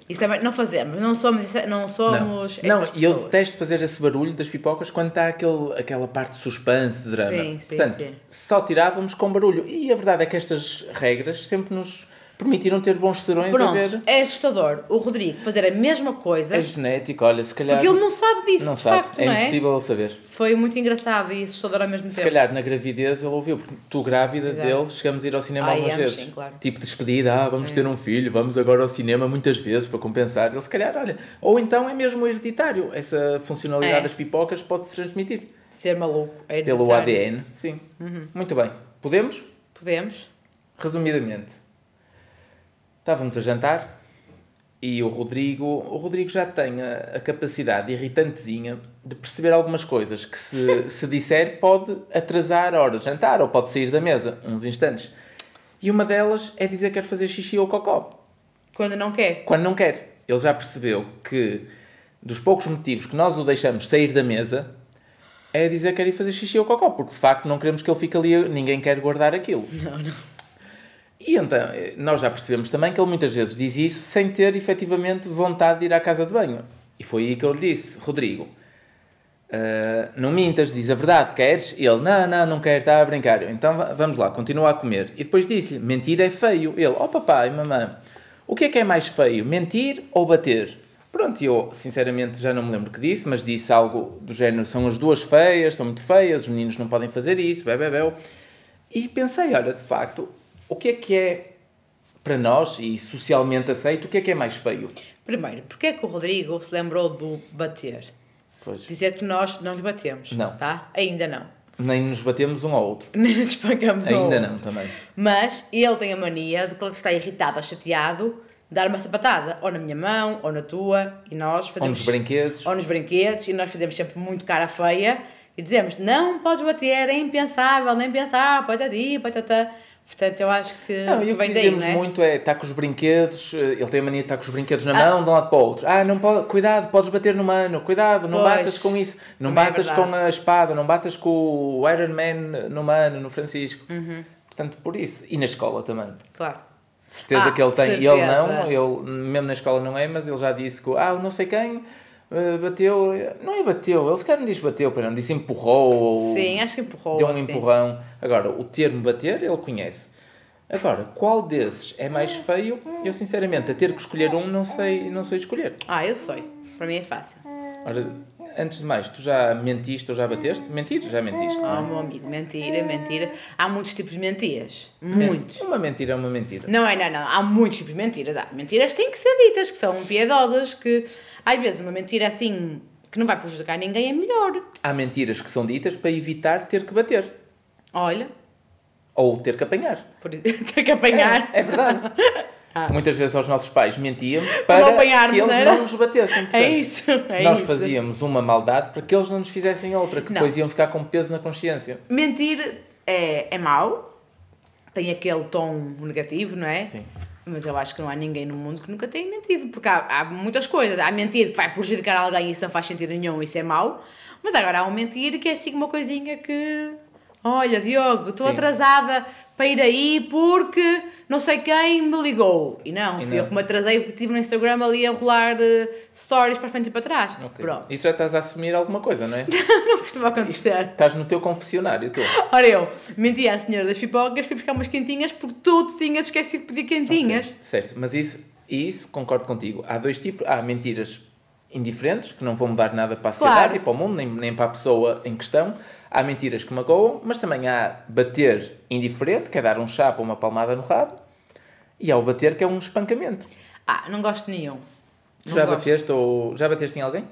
Speaker 3: Isso também não fazemos, não somos, essa- não
Speaker 2: Não,
Speaker 3: somos
Speaker 2: não
Speaker 3: essas
Speaker 2: e eu
Speaker 3: pessoas.
Speaker 2: detesto fazer esse barulho das pipocas quando está aquele, aquela parte de suspense, de drama.
Speaker 3: Sim, sim,
Speaker 2: Portanto,
Speaker 3: sim.
Speaker 2: só tirávamos com barulho. E a verdade é que estas regras sempre nos permitiram ter bons serões a ver.
Speaker 3: Pronto, é assustador o Rodrigo fazer a mesma coisa,
Speaker 2: É genético, olha, se calhar.
Speaker 3: porque ele não sabe disso,
Speaker 2: não
Speaker 3: de
Speaker 2: sabe,
Speaker 3: facto,
Speaker 2: é
Speaker 3: não é?
Speaker 2: impossível ele saber.
Speaker 3: Foi muito engraçado e assustador ao mesmo
Speaker 2: Se
Speaker 3: tempo.
Speaker 2: calhar na gravidez ele ouviu, porque tu grávida
Speaker 3: Exato.
Speaker 2: dele, chegamos a ir ao cinema
Speaker 3: Ah,
Speaker 2: algumas
Speaker 3: íamos,
Speaker 2: vezes.
Speaker 3: sim, claro. É.
Speaker 2: Tipo despedida, ah, vamos ter um filho, vamos agora ao cinema muitas vezes para compensar. Ele se calhar, olha, ou então é mesmo hereditário, essa funcionalidade
Speaker 3: É.
Speaker 2: das pipocas pode-se transmitir
Speaker 3: Ser maluco, é Uhum.
Speaker 2: pelo
Speaker 3: hereditário.
Speaker 2: ADN. Sim. Muito bem. Podemos?
Speaker 3: Podemos.
Speaker 2: Resumidamente, estávamos a jantar e o Rodrigo, o Rodrigo já tem a, a capacidade irritantezinha de perceber algumas coisas que se, se disser pode atrasar a hora de jantar ou pode sair da mesa uns instantes. E uma delas é dizer que quer fazer xixi ou cocó,
Speaker 3: Quando não quer.
Speaker 2: quando não quer. Ele já percebeu que dos poucos motivos que nós o deixamos sair da mesa é dizer que quer ir fazer xixi ou cocó, porque de facto não queremos que ele fique ali, ninguém quer guardar aquilo.
Speaker 3: Não, não.
Speaker 2: E então, eh, nós já percebemos também que ele muitas vezes diz isso sem ter efetivamente vontade de ir à casa de banho. E foi aí que eu lhe disse, Rodrigo, ah, não mintas, diz a verdade, queres? E ele, não, não, não quero, está a brincar. Eu, então va- vamos lá, continua a comer. E depois disse-lhe, mentir é feio. Ele, oh papai, mamãe, o que é que é mais feio, mentir ou bater? Pronto, e eu sinceramente já não me lembro o que disse, mas disse algo do género, são as duas feias, são muito feias, os meninos não podem fazer isso, bebê, bebê. E pensei, olha, de facto, o que é que é para nós e socialmente aceito, o que é que é mais feio?
Speaker 3: Primeiro, porque é que o Rodrigo se lembrou do bater?
Speaker 2: Pois,
Speaker 3: Dizer que nós não lhe batemos.
Speaker 2: Não.
Speaker 3: Tá? Ainda não. (laughs)
Speaker 2: nem nos batemos um ao outro.
Speaker 3: Nem nos espancamos um ao
Speaker 2: Ainda
Speaker 3: outro.
Speaker 2: não, também.
Speaker 3: Mas ele tem a mania de quando está irritado ou chateado, dar uma sapatada, ou na minha mão, ou na tua, e nós
Speaker 2: Ou
Speaker 3: fazemos.
Speaker 2: nos brinquedos.
Speaker 3: ou nos brinquedos, e nós fazemos sempre muito cara feia e dizemos: não podes bater, é impensável, nem pensar, patati, patata. Portanto, eu acho que.
Speaker 2: Não, e o que
Speaker 3: vem
Speaker 2: dizemos
Speaker 3: não é?
Speaker 2: muito é estar com os brinquedos, eh, ele tem a mania de estar com os brinquedos na
Speaker 3: Ah.
Speaker 2: mão de um lado para o outro. Ah, não pode, cuidado, podes bater no mano, cuidado, não
Speaker 3: Pois,
Speaker 2: batas com isso, não
Speaker 3: também é
Speaker 2: batas
Speaker 3: verdade.
Speaker 2: com a espada, não batas com o Iron Man no mano, no Francisco.
Speaker 3: Uhum.
Speaker 2: Portanto, por isso. E na escola também.
Speaker 3: Claro.
Speaker 2: Certeza
Speaker 3: Ah,
Speaker 2: que ele tem.
Speaker 3: certeza.
Speaker 2: Ele não, ele mesmo na escola não é, mas ele já disse que ah, o não sei quem eh, bateu. Não é bateu, ele se calhar não diz bateu, pera, não disse empurrou ou
Speaker 3: Sim, acho que empurrou.
Speaker 2: deu um
Speaker 3: assim.
Speaker 2: empurrão. Agora, o termo bater ele conhece. Agora, qual desses é mais
Speaker 3: Hum.
Speaker 2: feio? Eu sinceramente, a ter que escolher um, não sei, não sei escolher.
Speaker 3: Ah, eu sei. Para mim é fácil.
Speaker 2: Ora, antes de mais, tu já mentiste ou já bateste? Mentir, já mentiste.
Speaker 3: Oh, meu amigo, mentira, mentira. Há muitos tipos de mentiras. Muitos.
Speaker 2: Uma mentira é uma mentira.
Speaker 3: Não é, não, não. Há muitos tipos de mentiras. Há mentiras que têm que ser ditas, que são piedosas, que às vezes uma mentira assim que não vai prejudicar ninguém é melhor.
Speaker 2: Há mentiras que são ditas para evitar ter que bater
Speaker 3: Olha,
Speaker 2: ou ter que apanhar.
Speaker 3: por isso, (laughs) ter que apanhar.
Speaker 2: É verdade.
Speaker 3: (laughs) Ah.
Speaker 2: Muitas vezes aos nossos pais mentíamos para
Speaker 3: apanhar,
Speaker 2: que eles
Speaker 3: não
Speaker 2: não,
Speaker 3: era?
Speaker 2: nos batessem. Portanto,
Speaker 3: É isso, é
Speaker 2: nós
Speaker 3: isso.
Speaker 2: fazíamos uma maldade para que eles não nos fizessem outra, que
Speaker 3: Não.
Speaker 2: depois iam ficar com peso na consciência.
Speaker 3: Mentir é, é mau, tem aquele tom negativo, não é?
Speaker 2: Sim.
Speaker 3: Mas eu acho que não há ninguém no mundo que nunca tenha mentido, porque há, há muitas coisas. Há mentir que vai prejudicar alguém e isso não faz sentido nenhum, isso é mau. Mas agora há um mentir que é assim uma coisinha que. Olha, Diogo, estou
Speaker 2: Sim.
Speaker 3: atrasada para ir aí porque não sei quem me ligou. E não,
Speaker 2: E
Speaker 3: fui
Speaker 2: não.
Speaker 3: eu que me atrasei porque estive no Instagram ali a rolar eh, stories para frente e para trás.
Speaker 2: Ok.
Speaker 3: Pronto,
Speaker 2: E já estás a assumir alguma coisa, não é? (laughs)
Speaker 3: (laughs) não costuma acontecer.
Speaker 2: estás no teu confessionário, tu.
Speaker 3: (laughs) Ora eu, menti à senhora das pipocas para ficar umas quentinhas porque tu te tinhas esquecido de pedir quentinhas.
Speaker 2: Ok, Certo, mas isso, e isso concordo contigo. Há dois tipos. Há mentiras indiferentes, que não vão mudar nada para a sociedade
Speaker 3: Claro.
Speaker 2: e para o mundo, nem, nem para a pessoa em questão. Há mentiras que magoam, mas também há bater indiferente, que é dar um chapa ou uma palmada no rabo. E há o bater, que é um espancamento.
Speaker 3: Ah, não gosto de nenhum.
Speaker 2: Tu
Speaker 3: Não
Speaker 2: já
Speaker 3: gosto.
Speaker 2: bateste ou já bateste em alguém?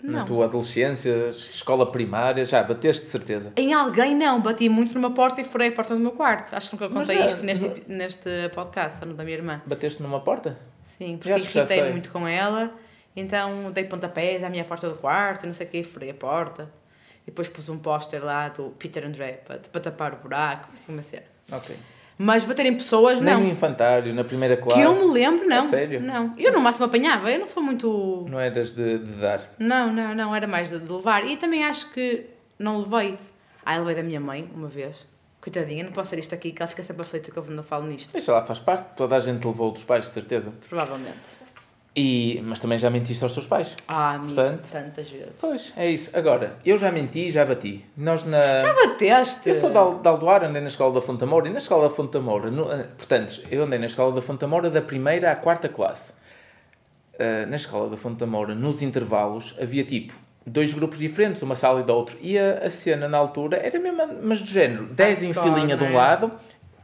Speaker 2: Na
Speaker 3: Não.
Speaker 2: tua adolescência, escola primária, já bateste de certeza.
Speaker 3: Em alguém não, bati muito numa porta e furei a porta do meu quarto. Acho que nunca
Speaker 2: Mas
Speaker 3: contei
Speaker 2: não-
Speaker 3: isto neste, neste podcast, só no da minha irmã.
Speaker 2: Bateste numa porta?
Speaker 3: Sim, porque
Speaker 2: Eu acho que já
Speaker 3: irritei
Speaker 2: sei.
Speaker 3: muito com ela Então dei pontapés à minha porta do quarto, não sei o quê, furei a porta. E depois pus um póster lá do Peter André para, para tapar o buraco, assim uma cena.
Speaker 2: Ok.
Speaker 3: Mas bater em pessoas,
Speaker 2: Nem
Speaker 3: não.
Speaker 2: no infantário, na primeira classe.
Speaker 3: Que eu me lembro, não.
Speaker 2: A sério?
Speaker 3: Não. Eu no máximo apanhava, eu não sou muito.
Speaker 2: Não eras de, de dar.
Speaker 3: Não, não, não, era mais de, de levar. E também acho que não levei. Ah, levei da minha mãe, uma vez. Coitadinha, não posso ser isto aqui, que ela fica sempre aflita que eu não falo nisto.
Speaker 2: Deixa lá, faz parte. Toda a gente levou dos pais, de certeza.
Speaker 3: Provavelmente.
Speaker 2: E, mas também já mentiste aos teus pais.
Speaker 3: Ah, amigo,
Speaker 2: Portanto-
Speaker 3: tantas vezes.
Speaker 2: Pois, é isso. Agora, eu já menti e já bati. Nós na.
Speaker 3: Já bateste?
Speaker 2: Eu sou de Al- de Aldoar, andei na escola da Fonte Moura e na escola da Fonte Moura, no- eh, portanto, eu andei na escola da Fonte Moura da primeira à quarta classe. Eh, na escola da Fonte Moura, nos intervalos, havia tipo dois grupos diferentes, uma sala e da outra, e a, a cena na altura era mesmo, mas do género, 10 em
Speaker 3: Hardcore,
Speaker 2: filinha de um
Speaker 3: não é?
Speaker 2: lado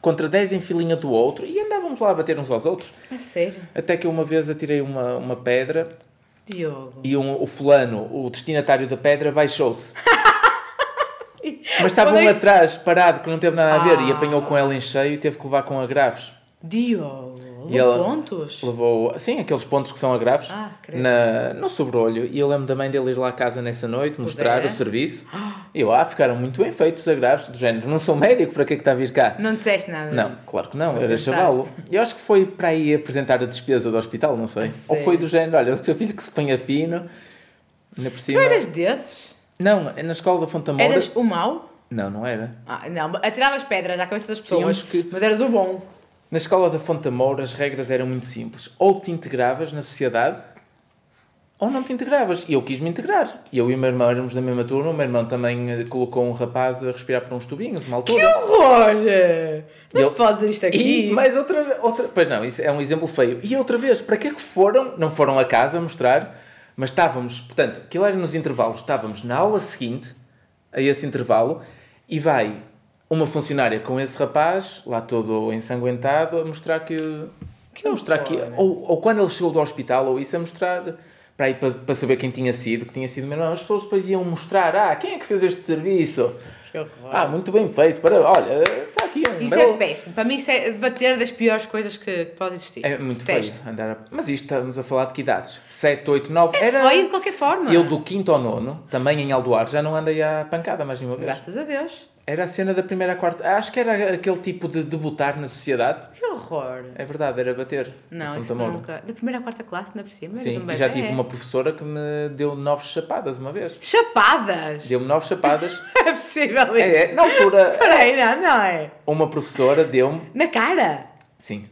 Speaker 2: contra 10 em filinha do outro, e andávamos lá a bater uns aos outros,
Speaker 3: A É sério?
Speaker 2: até que eu uma vez atirei uma, uma pedra
Speaker 3: Diogo.
Speaker 2: e um- o fulano, o destinatário da pedra,
Speaker 3: (laughs)
Speaker 2: baixou-se. Mas estava
Speaker 3: Onde
Speaker 2: um
Speaker 3: é que-
Speaker 2: atrás, parado, que não teve nada a ver, e
Speaker 3: Ah.
Speaker 2: apanhou com ela em cheio e teve que levar com agravos.
Speaker 3: Diogo.
Speaker 2: E ela-
Speaker 3: Pontos?
Speaker 2: Levou, sim, aqueles pontos que são agravos,
Speaker 3: Ah, credo.
Speaker 2: na, no sobreolho. E eu lembro também dele ir lá à casa nessa noite, mostrar
Speaker 3: Pudera.
Speaker 2: o serviço. E eu, ah, ficaram muito bem feitos os agravos, do género, não sou médico, para que é que está a vir cá?
Speaker 3: Não disseste nada
Speaker 2: Não,
Speaker 3: disso.
Speaker 2: claro que não,
Speaker 3: Hum. Não
Speaker 2: era
Speaker 3: pensaste.
Speaker 2: chavalo. Eu acho que foi para aí apresentar a despesa do hospital, não sei. Ou
Speaker 3: sério?
Speaker 2: foi do género, olha, o seu filho que se ponha fino, ainda por
Speaker 3: Tu
Speaker 2: cima.
Speaker 3: eras desses?
Speaker 2: Não, é na escola da Fonte Moura.
Speaker 3: Eras o mau?
Speaker 2: Não, não era.
Speaker 3: Ah, não, atiravas pedras à cabeça das
Speaker 2: Tínhamos
Speaker 3: pessoas,
Speaker 2: que-
Speaker 3: mas eras o bom.
Speaker 2: Na escola da Fonte Moura as regras eram muito simples. Ou te integravas na sociedade, ou não te integravas. E eu quis me integrar. E eu e o meu irmão éramos da mesma turma. O meu irmão também eh, colocou um rapaz a respirar por uns tubinhos, uma
Speaker 3: Que
Speaker 2: altura.
Speaker 3: horror! Não
Speaker 2: Eu-
Speaker 3: se pode dizer isto aqui.
Speaker 2: E mais outra, outra... Pois não, isso é um exemplo feio. E outra vez, para que é que foram? Não foram a casa mostrar, mas estávamos... Portanto, aquilo era nos intervalos. Estávamos na aula seguinte, a esse intervalo, e vai uma funcionária com esse rapaz, lá todo ensanguentado, a mostrar que...
Speaker 3: Que
Speaker 2: a mostrar que... é,
Speaker 3: horror.
Speaker 2: Ou, ou quando ele chegou do hospital, ou isso, a mostrar... Para, aí, para, para saber quem tinha sido, que tinha sido meu irmão. As pessoas depois iam mostrar, ah, quem é que fez este serviço?
Speaker 3: Que horror.
Speaker 2: Ah, muito bem feito, para, olha, está aqui um
Speaker 3: Isso
Speaker 2: belo-
Speaker 3: é péssimo. Para mim, isso é bater das piores coisas que que pode existir.
Speaker 2: É muito
Speaker 3: Detesto.
Speaker 2: feio andar a... Mas isto estamos a falar de que idades? 7, 8, 9...
Speaker 3: É feio de qualquer forma.
Speaker 2: Eu do quinto ao nono, também em Aldoar, já não andei à pancada mais nenhuma vez.
Speaker 3: Graças a Deus.
Speaker 2: Era a cena da primeira à quarta... Ah, Acho que era aquele tipo de debutar na sociedade.
Speaker 3: Que horror.
Speaker 2: É verdade, era bater. no
Speaker 3: Não,
Speaker 2: fundo tá
Speaker 3: isso
Speaker 2: da mão.
Speaker 3: nunca. Da primeira à quarta classe, ainda por cima. eras
Speaker 2: é? Sim,
Speaker 3: um
Speaker 2: e já
Speaker 3: bebé.
Speaker 2: tive uma professora que me deu nove chapadas uma vez.
Speaker 3: Chapadas!
Speaker 2: Deu-me nove chapadas. (laughs)
Speaker 3: (laughs) É possível isso.
Speaker 2: é, é, na altura,
Speaker 3: Peraí, não, não é?
Speaker 2: uma professora deu-me...
Speaker 3: Na cara.
Speaker 2: Sim.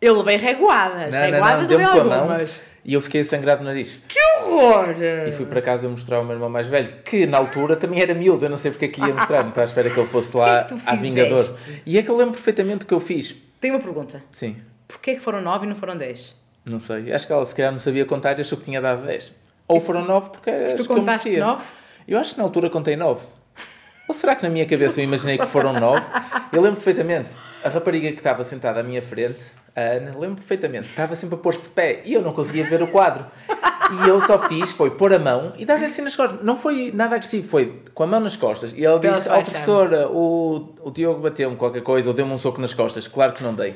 Speaker 3: Eu levei reguadas.
Speaker 2: Não, não, não,
Speaker 3: reguadas levei
Speaker 2: deu-me com a mão
Speaker 3: algumas.
Speaker 2: e eu fiquei sangrado no nariz.
Speaker 3: Que horror!
Speaker 2: E fui para casa mostrar ao meu irmão mais velho, que na altura também era miúdo, eu não sei porque é que lhe ia mostrar, não estava à espera que ele fosse lá
Speaker 3: que é que tu
Speaker 2: à Vingador.
Speaker 3: fizeste?
Speaker 2: E é que eu lembro perfeitamente o que eu fiz.
Speaker 3: Tenho uma pergunta.
Speaker 2: Sim,
Speaker 3: Porquê que foram nove e não foram dez?
Speaker 2: não sei. Acho que ela se calhar não sabia contar e achou que tinha dado 10. Ou foram 9 porque acho que eu
Speaker 3: contaste
Speaker 2: merecia.
Speaker 3: nove?
Speaker 2: Eu acho que na altura contei 9. Ou será que na minha cabeça eu imaginei que foram 9? Eu lembro perfeitamente. A rapariga que estava sentada à minha frente, a Ana, lembro perfeitamente. Estava sempre a pôr-se de pé e eu não conseguia ver o quadro. E eu só fiz foi pôr a mão e dar-lhe assim nas costas. Não foi nada agressivo, foi com a mão nas costas. E ela
Speaker 3: Ela
Speaker 2: disse:
Speaker 3: se
Speaker 2: Ó
Speaker 3: vai
Speaker 2: professora, o, o Diogo bateu-me qualquer coisa ou deu-me um soco nas costas. Claro que não dei.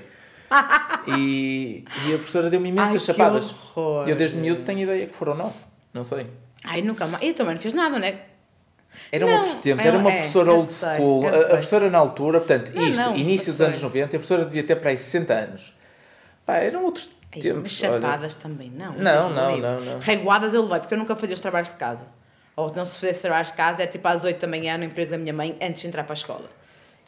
Speaker 2: E, e a professora deu-me
Speaker 3: Ai,
Speaker 2: imensas
Speaker 3: que
Speaker 2: chapadas.
Speaker 3: horror.
Speaker 2: Eu desde miúdo tenho ideia que foram 9. Não sei.
Speaker 3: Ai, nunca mais. Eu também não fiz nada, não é?
Speaker 2: Eram
Speaker 3: Não,
Speaker 2: outros tempos,
Speaker 3: é,
Speaker 2: era uma
Speaker 3: é,
Speaker 2: professora
Speaker 3: eu
Speaker 2: old
Speaker 3: sei,
Speaker 2: school.
Speaker 3: eu
Speaker 2: A, a
Speaker 3: sei.
Speaker 2: professora na altura, portanto,
Speaker 3: Não,
Speaker 2: isto,
Speaker 3: não,
Speaker 2: início
Speaker 3: eu
Speaker 2: dos anos
Speaker 3: sei.
Speaker 2: 90, a professora devia ter para aí 60 anos. Pá, eram outros
Speaker 3: Ai, mas
Speaker 2: tempos. olha.
Speaker 3: chapadas também, não.
Speaker 2: Não,
Speaker 3: Deus
Speaker 2: não,
Speaker 3: me livre.
Speaker 2: não, não.
Speaker 3: Reguadas eu levei, porque eu nunca fazia os trabalhos de casa. Ou não se fazia os trabalhos de casa, era tipo às 8 da manhã no emprego da minha mãe, antes de entrar para a escola.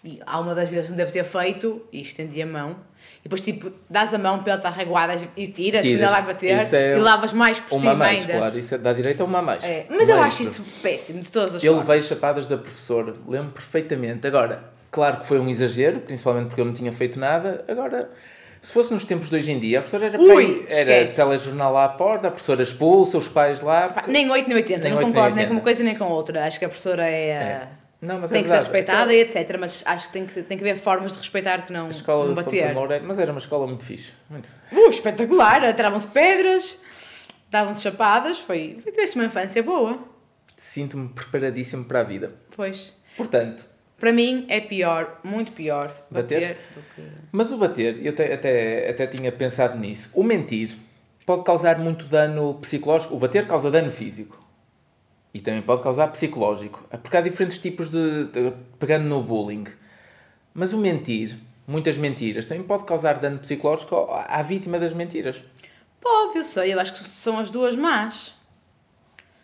Speaker 3: E há uma das vezes não devo ter feito, e estendi a mão. E depois, tipo, dás a mão pela reguadas e
Speaker 2: Tiras.
Speaker 3: tiras, tiras. lá bater,
Speaker 2: Isso é
Speaker 3: e lavas mais
Speaker 2: uma
Speaker 3: por
Speaker 2: a
Speaker 3: cima
Speaker 2: mais,
Speaker 3: ainda.
Speaker 2: claro. Isso é, dá direito a uma a mais.
Speaker 3: É, mas eu
Speaker 2: Uma
Speaker 3: acho
Speaker 2: extra.
Speaker 3: isso péssimo, de todas as
Speaker 2: Eu
Speaker 3: formas.
Speaker 2: levei chapadas da professora, lembro perfeitamente. Agora, claro que foi um exagero, principalmente porque eu não tinha feito nada. Agora, se fosse nos tempos de hoje em dia, a professora era,
Speaker 3: Ui,
Speaker 2: para aí- era
Speaker 3: esquece.
Speaker 2: telejornal lá à porta, a professora expulsa, os pais lá.
Speaker 3: Pá,
Speaker 2: porque-
Speaker 3: Nem 8 nem 80,
Speaker 2: Nem
Speaker 3: não
Speaker 2: oito, nem
Speaker 3: concordo nem
Speaker 2: 80.
Speaker 3: com uma coisa nem com outra. Acho que a professora é.
Speaker 2: É. Não, mas é
Speaker 3: tem que ser
Speaker 2: verdade.
Speaker 3: respeitada
Speaker 2: Aquela-
Speaker 3: e etc. Mas acho que tem que, tem que haver formas de respeitar que não,
Speaker 2: A escola
Speaker 3: não
Speaker 2: de Fonte
Speaker 3: bater.
Speaker 2: Moura, é- mas era uma escola muito fixe. Muito fixe.
Speaker 3: Uh, espetacular! Atiravam-se pedras, davam-se chapadas. Foi. foi- Tiveste uma infância boa.
Speaker 2: Sinto-me preparadíssimo para a vida.
Speaker 3: Pois.
Speaker 2: Portanto,
Speaker 3: Para mim é pior, muito pior
Speaker 2: Bater?
Speaker 3: do que.
Speaker 2: mas o bater, eu te- até, até tinha pensado nisso. O mentir, pode causar muito dano psicológico. O bater causa dano físico. E também pode causar psicológico. É Porque há diferentes tipos de. de- pegando no bullying. Mas o mentir, muitas mentiras, também pode causar dano psicológico à à vítima das mentiras.
Speaker 3: Pô, eu sei, eu acho que são as duas más.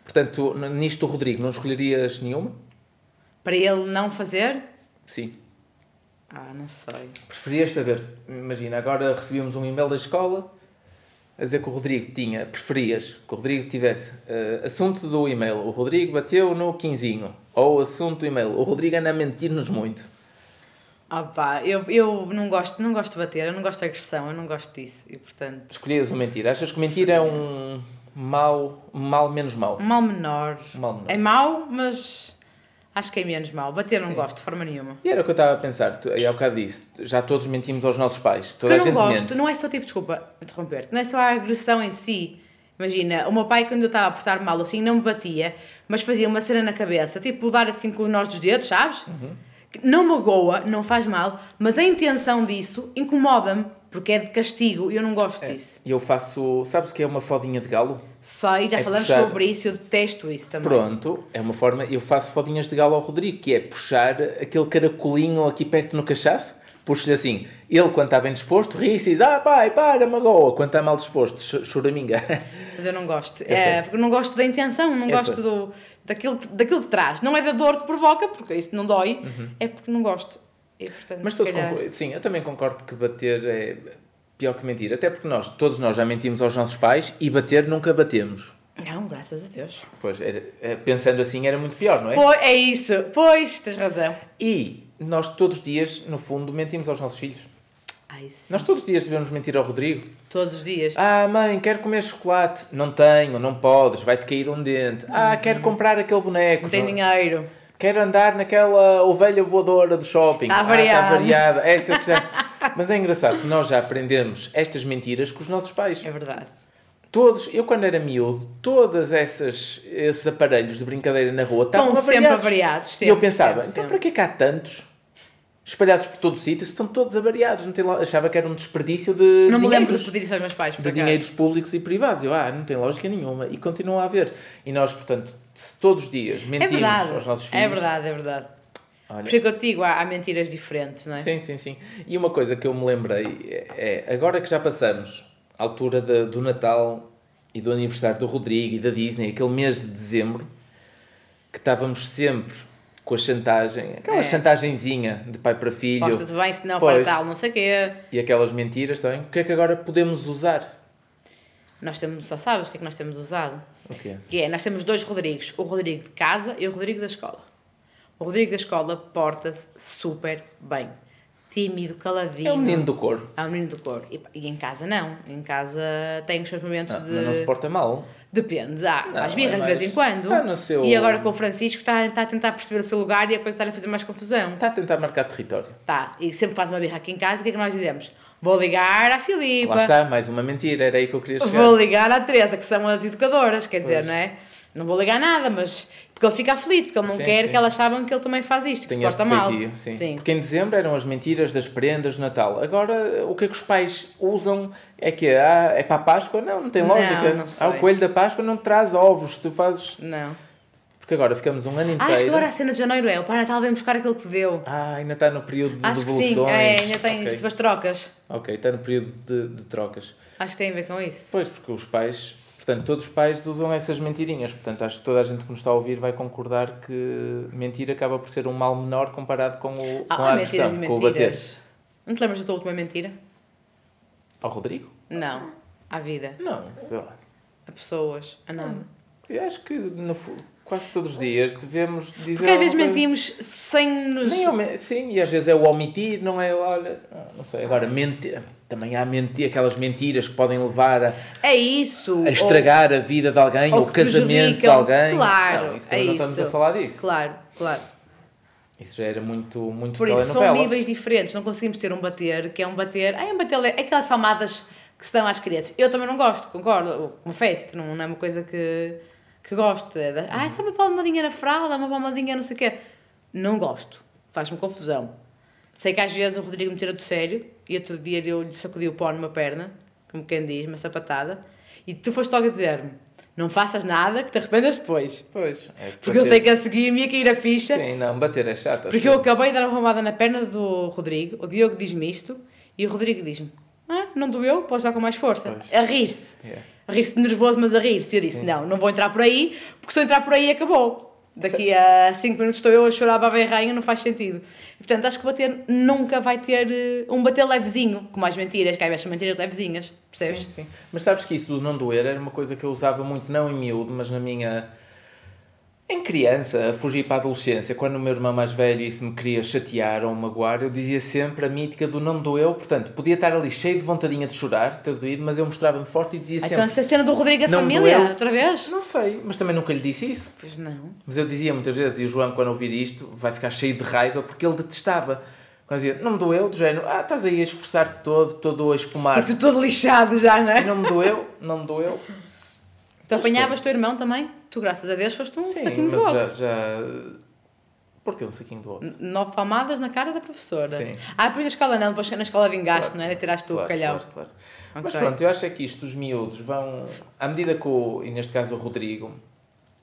Speaker 2: Portanto, n- nisto, Rodrigo, não escolherias nenhuma?
Speaker 3: Para ele não fazer?
Speaker 2: Sim.
Speaker 3: Ah, não sei.
Speaker 2: Preferias saber? Imagina, agora recebíamos um e-mail da escola a dizer que o Rodrigo tinha, preferias que o Rodrigo tivesse eh, assunto do e-mail, o Rodrigo bateu no quinzinho, ou assunto do e-mail, o Rodrigo anda a mentir-nos muito.
Speaker 3: Ah pá, eu, eu não gosto, não gosto de bater, eu não gosto de agressão, eu não gosto disso. E portanto,
Speaker 2: Escolhias o mentir. Achas que mentir é um mal, mal menos mal?
Speaker 3: um mal menor.
Speaker 2: Um mal menor.
Speaker 3: É mau, mas acho que é menos mau. Bater não gosto de forma nenhuma.
Speaker 2: E era o que eu estava a pensar, tu- aí há bocado disse, já todos mentimos aos nossos pais, toda
Speaker 3: eu
Speaker 2: a
Speaker 3: não
Speaker 2: gente
Speaker 3: gosto,
Speaker 2: mente.
Speaker 3: não é só tipo, desculpa interromper-te, não é só a agressão em si. Imagina, o meu pai, quando eu estava a portar mal assim, não me batia, mas fazia uma cena na cabeça, tipo dar assim com os nós dos dedos, sabes?
Speaker 2: Uhum.
Speaker 3: Que Não magoa, não faz mal, mas a intenção disso incomoda-me, porque é de castigo e eu não gosto
Speaker 2: É.
Speaker 3: disso.
Speaker 2: E eu faço, sabes o que é uma fodinha de galo?
Speaker 3: Sei, já
Speaker 2: É
Speaker 3: falamos
Speaker 2: puxar.
Speaker 3: sobre isso, eu detesto isso também.
Speaker 2: Pronto, é uma forma. Eu faço fodinhas de galo ao Rodrigo, que é puxar aquele caracolinho aqui perto no cachaço. Puxo-lhe assim. Ele, quando está bem disposto, ri-se e diz: Ah, pai, para, magoa. Quando está mal disposto, cho-
Speaker 3: (laughs)
Speaker 2: choraminga.
Speaker 3: Mas eu não gosto.
Speaker 2: sei.
Speaker 3: É, porque eu não gosto da intenção, não
Speaker 2: Eu
Speaker 3: gosto
Speaker 2: sei.
Speaker 3: do, daquilo, daquilo que traz. Não é da dor que provoca, porque isso não dói, é porque não gosto. E, portanto,
Speaker 2: Uhum. Mas
Speaker 3: se
Speaker 2: todos
Speaker 3: calhar-
Speaker 2: concordam. Sim, eu também concordo que bater é pior que mentir. Até porque nós, todos nós já mentimos aos nossos pais e bater nunca batemos.
Speaker 3: Não, graças a Deus.
Speaker 2: Pois, era- é, pensando assim, era muito pior, não é?
Speaker 3: Pois, é isso, pois, tens razão.
Speaker 2: E nós, todos os dias, no fundo, mentimos aos nossos filhos.
Speaker 3: Ai, sim.
Speaker 2: Nós, todos os dias, devemos mentir ao Rodrigo.
Speaker 3: Todos os dias.
Speaker 2: Ah, mãe, quero comer chocolate. Não tenho, não podes, vai-te cair um dente. Ah, quero comprar aquele boneco.
Speaker 3: Uhum. não tem dinheiro.
Speaker 2: Quero andar naquela ovelha voadora do shopping.
Speaker 3: Tá
Speaker 2: Ah,
Speaker 3: variado.
Speaker 2: variada. Essa é que
Speaker 3: (laughs)
Speaker 2: já... Mas é engraçado que nós já aprendemos estas mentiras com os nossos pais.
Speaker 3: É verdade.
Speaker 2: Todos, eu quando era miúdo, todas essas esses aparelhos de brincadeira na rua estavam
Speaker 3: Estão sempre
Speaker 2: avariados.
Speaker 3: avariados,
Speaker 2: e eu
Speaker 3: sempre,
Speaker 2: pensava,
Speaker 3: sempre,
Speaker 2: então
Speaker 3: sempre.
Speaker 2: para que é que há tantos espalhados por todo o sítio se estão todos avariados? Não tem lá- Achava que era um desperdício de
Speaker 3: Não me lembro
Speaker 2: dinheiros
Speaker 3: de pedir isso aos meus pais. por
Speaker 2: de
Speaker 3: acaso.
Speaker 2: dinheiros públicos e privados. Eu, ah, não tem lógica nenhuma. E continua a haver. E nós, portanto, se todos os dias
Speaker 3: É
Speaker 2: mentimos
Speaker 3: verdade.
Speaker 2: aos nossos filhos.
Speaker 3: É verdade, é verdade.
Speaker 2: Olha.
Speaker 3: Por isso é que eu te digo, há, há mentiras diferentes, não é?
Speaker 2: Sim, sim, sim. E uma coisa que eu me lembrei é, é, agora que já passamos a altura da- do Natal e do aniversário do Rodrigo e da Disney, aquele mês de dezembro, que estávamos sempre com a chantagem, aquela
Speaker 3: É.
Speaker 2: chantagenzinha de pai para filho
Speaker 3: Porta-te bem, senão para
Speaker 2: Pois.
Speaker 3: tal, não sei o quê.
Speaker 2: e aquelas mentiras também, o que é que agora podemos usar?
Speaker 3: Nós temos, só sabes o que é que nós temos usado?
Speaker 2: O quê?
Speaker 3: Que é, nós temos dois Rodrigos, o Rodrigo de casa e o Rodrigo da escola. O Rodrigo da escola porta-se super bem. Tímido, caladinho.
Speaker 2: É o menino do cor.
Speaker 3: É um menino do cor. E, e em casa não. Em casa tem os seus momentos de.
Speaker 2: Ah, Mas não se porta mal.
Speaker 3: Depende. Ah,
Speaker 2: Não,
Speaker 3: faz birras
Speaker 2: é
Speaker 3: de
Speaker 2: mais-
Speaker 3: vez em quando.
Speaker 2: Tá no seu-
Speaker 3: E agora com o Francisco está, está a tentar perceber o seu lugar e a coisa está-lhe a fazer mais confusão.
Speaker 2: Está a tentar marcar território.
Speaker 3: Tá. E sempre faz uma birra aqui em casa, o que é que nós dizemos? Vou ligar à Filipa.
Speaker 2: Lá está, mais uma mentira, era aí que eu queria chegar.
Speaker 3: Vou ligar à Teresa, que são as educadoras, quer dizer, não é? Não vou ligar nada, mas. Porque ele fica aflito, porque ele não
Speaker 2: Sim,
Speaker 3: quer
Speaker 2: sim.
Speaker 3: que elas saibam que ele também faz isto, que
Speaker 2: Tem
Speaker 3: se
Speaker 2: este
Speaker 3: porta mal.
Speaker 2: feitio, sim. Porque em dezembro eram as mentiras das prendas de Natal. Agora, o que é que os pais usam? É que ah, é para a Páscoa? Não, não tem
Speaker 3: Não,
Speaker 2: lógica.
Speaker 3: não
Speaker 2: ah, o
Speaker 3: sei.
Speaker 2: coelho da Páscoa não te traz ovos, tu fazes...
Speaker 3: Não.
Speaker 2: Porque agora ficamos um ano
Speaker 3: Ah, acho que
Speaker 2: inteiro...
Speaker 3: agora a cena de janeiro é. O Pai Natal vem buscar aquilo que deu.
Speaker 2: Ah, ainda está no período de
Speaker 3: Acho que sim,
Speaker 2: devoluções.
Speaker 3: é, ainda tem
Speaker 2: Ok.
Speaker 3: tipo as trocas.
Speaker 2: ok, está no período de, de trocas.
Speaker 3: Acho que tem a ver com isso.
Speaker 2: Pois, porque os pais... Portanto, todos os pais usam essas mentirinhas. Portanto, acho que toda a gente que nos está a ouvir vai concordar que mentir acaba por ser um mal menor comparado com, o, com a
Speaker 3: Ah, há
Speaker 2: agressão, com o bater.
Speaker 3: Não te lembras da tua última mentira?
Speaker 2: Ao Rodrigo?
Speaker 3: Não. À vida,
Speaker 2: Não, sei lá.
Speaker 3: a pessoas, a nada.
Speaker 2: Eu acho que no, fu- quase todos os dias devemos dizer.
Speaker 3: Porque às vezes
Speaker 2: alguma coisa.
Speaker 3: mentimos sem nos.
Speaker 2: Nem ome- sim, e às vezes é o omitir, não é? Olha, ah, não sei. Agora, mentir. Também há menti aquelas mentiras que podem levar a,
Speaker 3: É isso!
Speaker 2: a estragar a vida de alguém,
Speaker 3: ou
Speaker 2: ou o
Speaker 3: que
Speaker 2: casamento de
Speaker 3: prejudicam.
Speaker 2: alguém.
Speaker 3: Claro,
Speaker 2: não, isso também
Speaker 3: é
Speaker 2: não estamos
Speaker 3: isso.
Speaker 2: a falar
Speaker 3: Ou-
Speaker 2: disso.
Speaker 3: Claro, claro.
Speaker 2: Isso já era muito, muito
Speaker 3: Por isso são
Speaker 2: telenovela.
Speaker 3: níveis diferentes, não conseguimos ter um bater, que é um bater. Ai, um bater é aquelas palmadas que se dão às crianças. Eu também não gosto, concordo, eu confesso, não, não é uma coisa que, que gosto. É da- Ai, sabe uma palmadinha na fralda, uma palmadinha não sei o quê. Não gosto, faz-me confusão. Sei que às vezes o Rodrigo me tira do sério e outro dia eu lhe sacudi o pó numa perna, como quem diz, uma sapatada. E tu foste logo a dizer-me: não faças nada que te arrependas depois.
Speaker 2: Pois. É
Speaker 3: Porque eu sei que a seguir me ia cair a ficha.
Speaker 2: Sim, não, bater é chato. acho
Speaker 3: Porque eu acabei de dar uma roubada na perna do Rodrigo, o Diogo diz-me isto, e o Rodrigo diz-me: Ah, não doeu, posso dar com mais força.
Speaker 2: Pois.
Speaker 3: A rir-se.
Speaker 2: Yeah.
Speaker 3: A rir-se nervoso, mas a rir-se. E eu disse: Não, não vou entrar por aí, porque se eu entrar por aí acabou. Daqui a 5 minutos estou eu a chorar baba e rainha, não faz sentido. E, portanto, acho que bater nunca vai ter eh, um bater levezinho, com mais mentiras, que às vezes são mentiras levezinhas, percebes?
Speaker 2: Sim, sim. Mas sabes que isso do não doer era uma coisa que eu usava muito, não em miúdo, mas na minha. Em criança, a fugir para a adolescência, quando o meu irmão mais velho isso me queria chatear ou magoar, eu dizia sempre a mítica do não doeu, portanto, podia estar ali cheio de vontadinha de chorar, ter doído, mas eu mostrava-me forte e dizia
Speaker 3: Ah, Então,
Speaker 2: sempre.
Speaker 3: essa cena do Rodrigo e a
Speaker 2: Não
Speaker 3: família,
Speaker 2: doeu.
Speaker 3: outra vez?
Speaker 2: Não sei, mas também nunca lhe disse isso.
Speaker 3: Pois não.
Speaker 2: Mas eu dizia muitas vezes, e o João, quando ouvir isto, vai ficar cheio de raiva porque ele detestava. Quando dizia, não me doeu, do género, ah, estás aí a esforçar-te todo, todo a
Speaker 3: Porque
Speaker 2: espumar-se.
Speaker 3: estou todo lixado já, não é?
Speaker 2: Não me doeu, não me doeu.
Speaker 3: Tu apanhavas o teu irmão também? Tu, graças a Deus, foste um saquinho de
Speaker 2: mas já,
Speaker 3: boxe.
Speaker 2: já. Porquê um saquinho de boxe?
Speaker 3: Nove palmadas na cara da professora.
Speaker 2: Sim.
Speaker 3: Ah, depois na escola não, depois na escola vingaste,
Speaker 2: Claro.
Speaker 3: não era? Tiraste tu o
Speaker 2: Claro,
Speaker 3: calhau.
Speaker 2: claro, claro. Mas
Speaker 3: Ok.
Speaker 2: pronto, eu acho é que isto, os miúdos vão. À medida que o. E neste caso o Rodrigo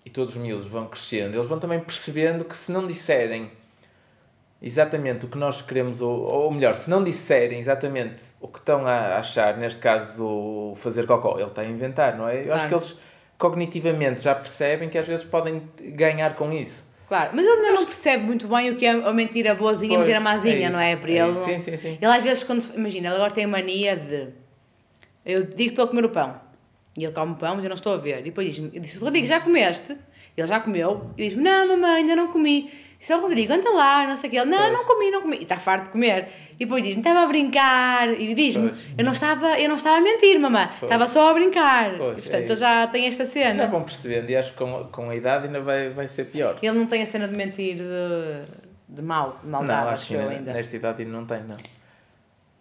Speaker 2: e todos os miúdos vão crescendo, eles vão também percebendo que se não disserem exatamente o que nós queremos, ou, ou melhor, se não disserem exatamente o que estão a achar, neste caso do fazer cocó, ele está a inventar, não é? Eu acho
Speaker 3: Claro.
Speaker 2: que eles cognitivamente já percebem que às vezes podem ganhar com isso.
Speaker 3: Claro, mas ele ainda não percebe muito bem o que é a mentira boazinha e a
Speaker 2: Pois,
Speaker 3: mentira mazinha,
Speaker 2: é
Speaker 3: não é?
Speaker 2: isso,
Speaker 3: Para
Speaker 2: é
Speaker 3: ele.
Speaker 2: isso. Sim, sim, sim.
Speaker 3: Ele às vezes, quando. se- Imagina, ele agora tem a mania de. Eu digo para ele comer o pão. E ele come o pão, mas eu não estou a ver. E depois diz-me, eu disse, Rodrigo, já comeste? Ele já comeu. E diz-me, não, mamãe, ainda não comi. Disse, oh, Rodrigo, anda lá, não sei o quê. Ele, não,
Speaker 2: Pois.
Speaker 3: não comi, não comi. E está farto de comer. E depois diz-me, estava a brincar. E diz-me,
Speaker 2: Pois.
Speaker 3: eu não estava, eu não estava a mentir, mamãe.
Speaker 2: Pois.
Speaker 3: Estava só a brincar.
Speaker 2: Pois,
Speaker 3: e,
Speaker 2: é
Speaker 3: portanto, ele
Speaker 2: isso.
Speaker 3: já tem esta cena.
Speaker 2: Já vão percebendo, e acho que com, com a idade ainda vai, vai ser pior.
Speaker 3: Ele não tem a cena de mentir de, de mal, de maldade,
Speaker 2: Não, é
Speaker 3: acho que eu ainda.
Speaker 2: nesta idade ainda não tem, não.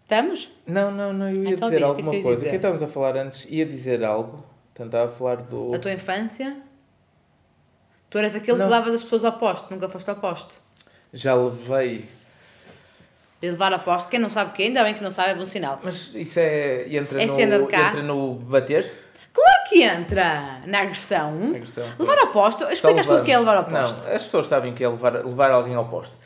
Speaker 3: Estamos?
Speaker 2: Não, não, não, eu ia
Speaker 3: Então
Speaker 2: dizer
Speaker 3: diga, o que é
Speaker 2: alguma
Speaker 3: que eu ia
Speaker 2: coisa. O que
Speaker 3: dizer?
Speaker 2: estávamos a falar antes? Ia dizer algo. Portanto, estava a falar do.
Speaker 3: A tua infância? Tu eras aquele
Speaker 2: Não.
Speaker 3: que levavas as pessoas ao posto, nunca foste ao posto.
Speaker 2: Já levei.
Speaker 3: De levar ao posto, quem não sabe o que, ainda bem que não sabe, é bom sinal.
Speaker 2: Mas isso é. Entra,
Speaker 3: É
Speaker 2: no,
Speaker 3: cena de cá?
Speaker 2: entra no bater?
Speaker 3: Claro que entra na agressão.
Speaker 2: Agressão,
Speaker 3: Levar ao posto,
Speaker 2: Só
Speaker 3: explica as pessoas o que é levar ao
Speaker 2: levamos.
Speaker 3: posto.
Speaker 2: Não, as pessoas sabem o que é levar, levar alguém ao posto.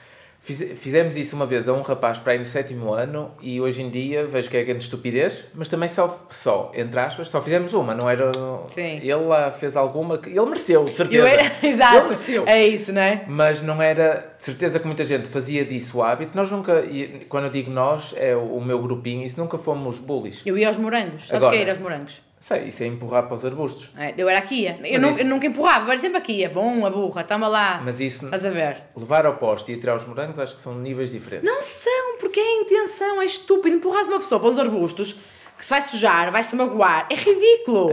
Speaker 2: Fiz- Fizemos isso uma vez a um rapaz para aí no sétimo ano e hoje em dia vejo que é grande estupidez, mas também só, só entre aspas, só fizemos uma, não era.
Speaker 3: Sim.
Speaker 2: Ele lá fez alguma que. Ele mereceu, de certeza.
Speaker 3: Eu (laughs) era,
Speaker 2: Ele
Speaker 3: exato,
Speaker 2: mereceu.
Speaker 3: é isso, não é?
Speaker 2: Mas não era, de certeza que muita gente fazia disso o hábito. Nós nunca, e quando eu digo nós, é o, o meu grupinho, isso nunca fomos bullies.
Speaker 3: Eu ia aos morangos, sabes o
Speaker 2: Agora.
Speaker 3: que é ir aos morangos?
Speaker 2: Sei, isso é empurrar para os arbustos.
Speaker 3: É, Eu era aqui, ia. eu,
Speaker 2: Mas
Speaker 3: nunca,
Speaker 2: isso-
Speaker 3: eu nunca empurrava, eu era sempre aqui, é bom, a burra, toma lá,
Speaker 2: Mas isso,
Speaker 3: estás a ver?
Speaker 2: levar ao poste e atirar os morangos, acho que são níveis diferentes.
Speaker 3: Não são, porque é a intenção, é estúpido. Empurras uma pessoa para uns arbustos que se vai sujar, vai se magoar. É ridículo.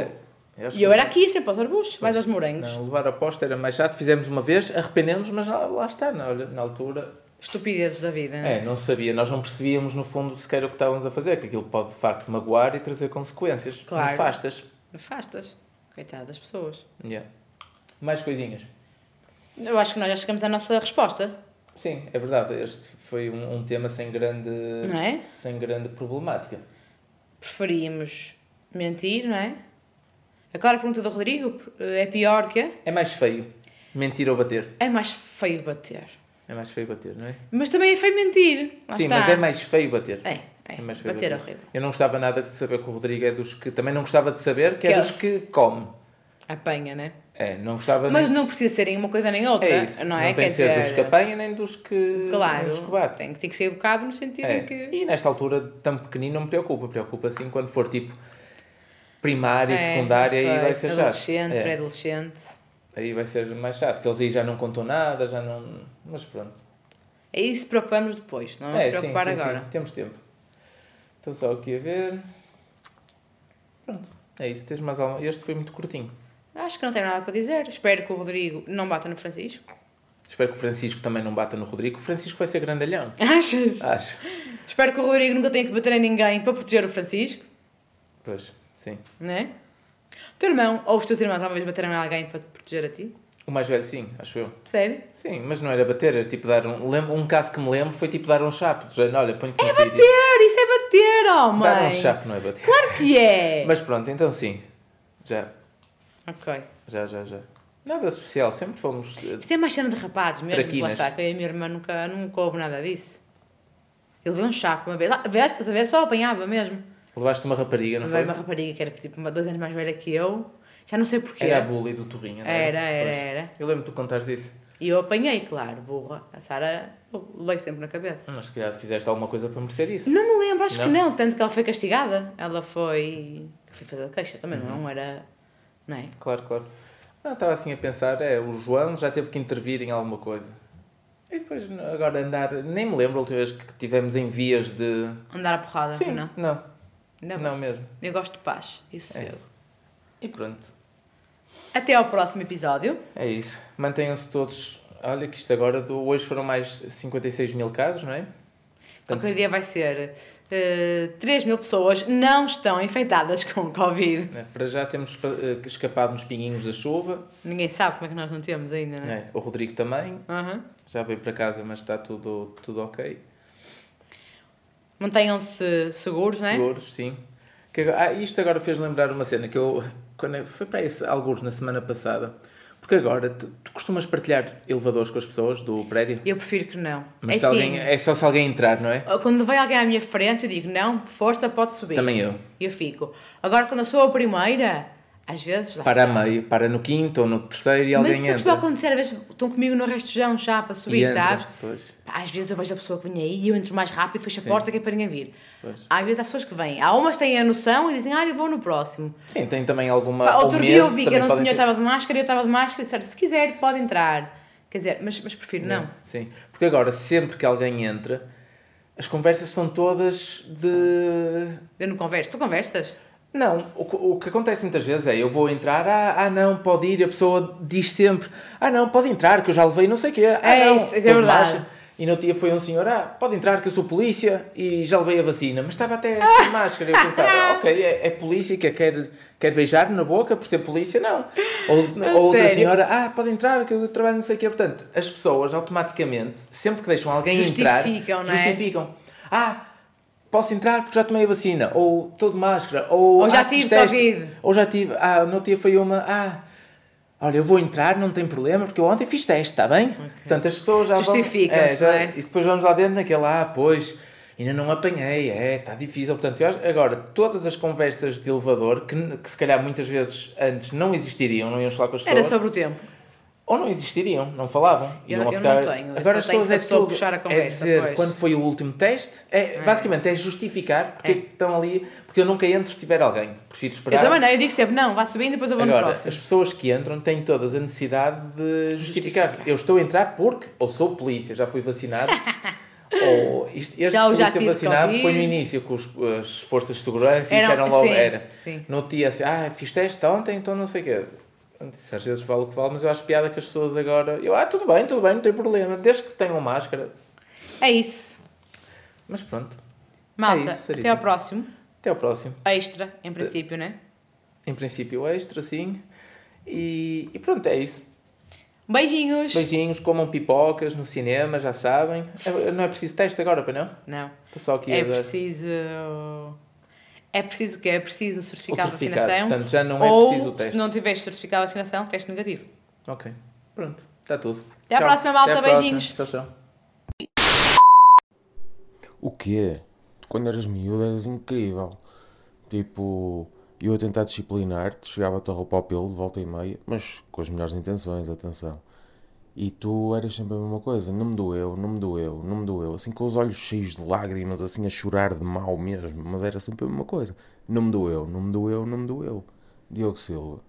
Speaker 2: Eu acho
Speaker 3: E
Speaker 2: que
Speaker 3: eu era aqui, sempre aos arbustos, mais aos morangos.
Speaker 2: Não, levar ao poste era mais chato. Fizemos uma vez, arrependemos, mas lá, lá está, na, olha, na altura.
Speaker 3: Estupidezes da vida.
Speaker 2: É, não sabia, nós não percebíamos no fundo sequer o que estávamos a fazer, que aquilo pode de facto magoar e trazer consequências
Speaker 3: Claro.
Speaker 2: nefastas.
Speaker 3: Afastas. Coitado das pessoas.
Speaker 2: Yeah. Mais coisinhas.
Speaker 3: Eu acho que nós já chegamos à nossa resposta,
Speaker 2: Sim, é verdade. Este foi um, um tema sem grande,
Speaker 3: não é?
Speaker 2: sem grande problemática.
Speaker 3: Preferíamos mentir, não é? Agora a pergunta do Rodrigo é pior que?
Speaker 2: É mais feio mentir ou bater.
Speaker 3: É mais feio bater.
Speaker 2: É mais feio bater, não é?
Speaker 3: Mas também é feio mentir. Lá
Speaker 2: Sim,
Speaker 3: está.
Speaker 2: mas é mais feio bater.
Speaker 3: É, é.
Speaker 2: mais feio
Speaker 3: bater é horrível.
Speaker 2: Eu não gostava nada de saber que o Rodrigo é dos que. Também não gostava de saber que
Speaker 3: Que
Speaker 2: é
Speaker 3: é.
Speaker 2: dos que come.
Speaker 3: Apanha, né?
Speaker 2: É, não gostava
Speaker 3: Mas
Speaker 2: nem-
Speaker 3: não precisa ser em uma coisa nem outra,
Speaker 2: É isso.
Speaker 3: não é?
Speaker 2: tem
Speaker 3: Quer
Speaker 2: de ser dos
Speaker 3: dizer,
Speaker 2: que apanha nem dos que. nem
Speaker 3: Claro,
Speaker 2: dos que bate.
Speaker 3: tem, que- tem que ser educado no sentido
Speaker 2: É.
Speaker 3: em que...
Speaker 2: E nesta altura, tão pequenino, não me preocupa. Preocupa assim quando for tipo primária,
Speaker 3: É,
Speaker 2: secundária
Speaker 3: sei,
Speaker 2: e vai ser chato.
Speaker 3: Adolescente,
Speaker 2: É.
Speaker 3: pré-adolescente.
Speaker 2: Aí vai ser mais chato, porque eles aí já não contam nada, já não. Mas pronto.
Speaker 3: É isso que preocupamos depois, não é, preocupar agora.
Speaker 2: Temos tempo. Estou só aqui a ver. Pronto. É isso, tens mais alguma. Este foi muito curtinho.
Speaker 3: Acho que não tenho nada para dizer. Espero que o Rodrigo não bata no Francisco. (laughs)
Speaker 2: Espero que o Francisco também não bata no Rodrigo. O Francisco vai ser grandalhão.
Speaker 3: Achas?
Speaker 2: Acho.
Speaker 3: Espero que o Rodrigo nunca tenha que bater em ninguém para proteger o Francisco,
Speaker 2: Pois, sim.
Speaker 3: não é? O teu irmão ou os teus irmãos talvez bateram em alguém para te proteger a ti?
Speaker 2: O mais velho, sim, acho eu.
Speaker 3: Sério?
Speaker 2: Sim, mas não era bater, era tipo dar um. Lembro, um caso que me lembro foi tipo dar um chapo. Do género, olha, põe-te no
Speaker 3: É
Speaker 2: sítio.
Speaker 3: bater! Isso é bater, homem!
Speaker 2: Dar um chapo não é bater.
Speaker 3: Claro que é!
Speaker 2: Mas pronto, então sim. Já,
Speaker 3: Ok.
Speaker 2: já, já, já. Nada de especial, sempre fomos. eh,
Speaker 3: Isto é mais cena de rapazes mesmo, lá
Speaker 2: Traquinas.
Speaker 3: está, que eu e a minha irmã nunca, nunca houve nada disso. Ele veio um chapo uma vez, lá, veste, estás a ver? Só apanhava mesmo.
Speaker 2: Levaste uma rapariga, não
Speaker 3: Veio
Speaker 2: foi?
Speaker 3: uma rapariga que era tipo uma- dois anos mais velha que eu, já não sei porquê.
Speaker 2: Era a bully do Torrinho, não
Speaker 3: Era, era, era.
Speaker 2: Eu lembro-te de contares isso.
Speaker 3: E eu apanhei, claro, burra. A Sara levei sempre na cabeça.
Speaker 2: Mas se calhar fizeste alguma coisa para merecer isso.
Speaker 3: Não me lembro, acho que
Speaker 2: Não?
Speaker 3: não, tanto que ela foi castigada. Ela foi. foi fazer queixa também,
Speaker 2: Uhum.
Speaker 3: não era. Não é?
Speaker 2: Claro, claro. Não, estava assim a pensar, é, o João já teve que intervir em alguma coisa. E depois, agora andar, nem me lembro a última vez que tivemos em vias de...
Speaker 3: Andar a porrada, não?
Speaker 2: não,
Speaker 3: Ainda bem.
Speaker 2: não É. mesmo.
Speaker 3: Eu gosto de paz e sossego.
Speaker 2: E pronto,
Speaker 3: Até ao próximo episódio.
Speaker 2: é isso. Mantenham-se todos, olha que isto agora, do... hoje foram mais 56 mil casos, não é? Portanto,
Speaker 3: Qualquer dia vai ser. eh, 3 mil pessoas não estão infectadas (laughs) com Covid.
Speaker 2: né, para já temos pa- eh, escapado nos pinguinhos da chuva,
Speaker 3: Ninguém sabe como é que nós não temos ainda, não é?
Speaker 2: né? o Rodrigo também,
Speaker 3: Aham.
Speaker 2: já veio para casa, mas está tudo, tudo ok.
Speaker 3: Mantenham-se seguros, não é?
Speaker 2: Seguros, sim. Que agora- ah, isto agora fez lembrar uma cena que eu. Quando eu- foi para esse alguns na semana passada. Porque agora tu, tu costumas partilhar elevadores com as pessoas do prédio.
Speaker 3: Eu prefiro que não.
Speaker 2: Mas
Speaker 3: é
Speaker 2: se alguém,
Speaker 3: assim,
Speaker 2: é só se alguém entrar, não é?
Speaker 3: Quando vem alguém à minha frente, eu digo não, força, pode subir.
Speaker 2: Também eu.
Speaker 3: Eu fico. Agora, quando eu sou a primeira, às vezes. lá
Speaker 2: Para a
Speaker 3: está.
Speaker 2: meio, para no quinto ou no terceiro e
Speaker 3: Mas é
Speaker 2: alguém
Speaker 3: isso não costuma
Speaker 2: entra.
Speaker 3: acontecer, às vezes estão comigo no restejão já para
Speaker 2: E
Speaker 3: subir,
Speaker 2: entra.
Speaker 3: sabes?
Speaker 2: Pois.
Speaker 3: Às vezes eu vejo a pessoa que vem aí e eu entro mais rápido, fecho a
Speaker 2: Sim.
Speaker 3: porta que é para ninguém vir.
Speaker 2: Pois.
Speaker 3: Às vezes há pessoas que vêm. Há umas que têm a noção e dizem, ah, eu vou no próximo.
Speaker 2: Sim, tem também alguma.
Speaker 3: Pá,
Speaker 2: ou
Speaker 3: Outro
Speaker 2: Ah, medo,
Speaker 3: dia eu vi que
Speaker 2: também
Speaker 3: era um
Speaker 2: podem
Speaker 3: senhor que
Speaker 2: ter-
Speaker 3: estava de máscara e eu estava de máscara e disseram, se quiser, pode entrar. Quer dizer, mas, mas prefiro não.
Speaker 2: Sim, porque agora sempre que alguém entra, as conversas são todas de.
Speaker 3: Eu não converso. Tu conversas?
Speaker 2: Não, o, que- o que acontece muitas vezes é eu vou entrar, ah, ah não, pode ir, e a pessoa diz sempre, ah não, pode entrar, que eu já levei não sei o quê, ah
Speaker 3: É
Speaker 2: não,
Speaker 3: isso, é
Speaker 2: estou de
Speaker 3: verdade.
Speaker 2: máscara. E no outro dia foi um senhor, ah, pode entrar que eu sou polícia e já levei a vacina, mas estava até
Speaker 3: (laughs)
Speaker 2: sem máscara. Eu pensava, ah, ok, é, é polícia que a quer, quer beijar na boca por ser polícia, não. Ou,
Speaker 3: (laughs) A
Speaker 2: ou outra
Speaker 3: sério?
Speaker 2: senhora, ah, pode entrar que eu trabalho não sei o quê. Portanto, as pessoas automaticamente, sempre que deixam alguém entrar,
Speaker 3: Justificam, não é?
Speaker 2: justificam. Ah, posso entrar porque já tomei a vacina, ou estou de máscara, ou,
Speaker 3: Ou já
Speaker 2: "Ah, fiz
Speaker 3: tive
Speaker 2: teste."
Speaker 3: Covid.
Speaker 2: Ou já tive, ah, no outro dia foi uma, ah, olha, eu vou entrar, não tem problema, porque eu ontem fiz teste, está bem? Portanto, as pessoas já vão-
Speaker 3: Justificam-se,
Speaker 2: é, já-
Speaker 3: não é?
Speaker 2: E depois vamos lá dentro naquela, ah, pois, ainda não apanhei, é, está difícil. Portanto, eu acho- agora, todas as conversas de elevador, que, que se calhar muitas vezes antes não existiriam, não iam falar com as
Speaker 3: Era
Speaker 2: pessoas,
Speaker 3: sobre o tempo.
Speaker 2: ou não existiriam, não falavam.
Speaker 3: Eu-
Speaker 2: Iam a
Speaker 3: eu não tenho, eu
Speaker 2: Agora as
Speaker 3: só tenho
Speaker 2: pessoas
Speaker 3: que a
Speaker 2: é
Speaker 3: pessoa
Speaker 2: tudo.
Speaker 3: puxar a
Speaker 2: é
Speaker 3: conversa,
Speaker 2: dizer
Speaker 3: pois.
Speaker 2: quando foi o último teste. É, Basicamente é justificar porque é que estão ali. Porque eu nunca entro se tiver alguém. Prefiro
Speaker 3: Eu
Speaker 2: esperar.
Speaker 3: também não. Eu digo sempre, não, vá subindo e depois eu vou no
Speaker 2: Agora,
Speaker 3: próximo.
Speaker 2: as pessoas que entram têm todas a necessidade de justificar.
Speaker 3: Justificar.
Speaker 2: Eu estou a entrar porque ou sou polícia, já fui
Speaker 3: (laughs)
Speaker 2: vacinado. ou isto, este
Speaker 3: Já- já
Speaker 2: polícia
Speaker 3: tive
Speaker 2: vacinado
Speaker 3: Covid.
Speaker 2: foi no início que os- as forças de segurança
Speaker 3: Eram-
Speaker 2: disseram logo
Speaker 3: sim,
Speaker 2: era.
Speaker 3: sim.
Speaker 2: No outro dia assim, ah, fiz teste ontem, então não sei o quê. Isso às vezes vale o que vale, mas eu acho piada que as pessoas agora. Eu, ah, tudo bem, tudo bem, não tem problema, desde que tenham máscara.
Speaker 3: É isso.
Speaker 2: Mas pronto,
Speaker 3: Malta,
Speaker 2: É isso, Sarita.
Speaker 3: até ao próximo.
Speaker 2: até ao próximo.
Speaker 3: Extra, em princípio, né?
Speaker 2: Em princípio, extra, sim. E, e pronto, é isso.
Speaker 3: Beijinhos!
Speaker 2: Beijinhos, comam pipocas no cinema, já sabem. É- Não é preciso teste agora, para não?
Speaker 3: Não.
Speaker 2: Estou só aqui
Speaker 3: É
Speaker 2: a dar
Speaker 3: preciso. É preciso o quê? É preciso um
Speaker 2: o
Speaker 3: certificado,
Speaker 2: certificado.
Speaker 3: de vacinação.
Speaker 2: Portanto, já não é
Speaker 3: ou,
Speaker 2: preciso o teste.
Speaker 3: Se não tiveres certificado de vacinação, teste negativo.
Speaker 2: Ok, pronto, está tudo.
Speaker 3: Até à próxima, malta. Beijinhos.
Speaker 2: Tchau, tchau.
Speaker 4: O quê? Tu, Quando eras miúdo eras incrível. Tipo, eu a tentar disciplinar-te, chegava-te a roupa ao pelo de volta e meia, mas com as melhores intenções, atenção. E tu eras sempre a mesma coisa, não me doeu, não me doeu, não me doeu. Assim com os olhos cheios de lágrimas, assim a chorar de mal mesmo, mas era sempre a mesma coisa. Não me doeu, não me doeu, não me doeu. Diogo Silva.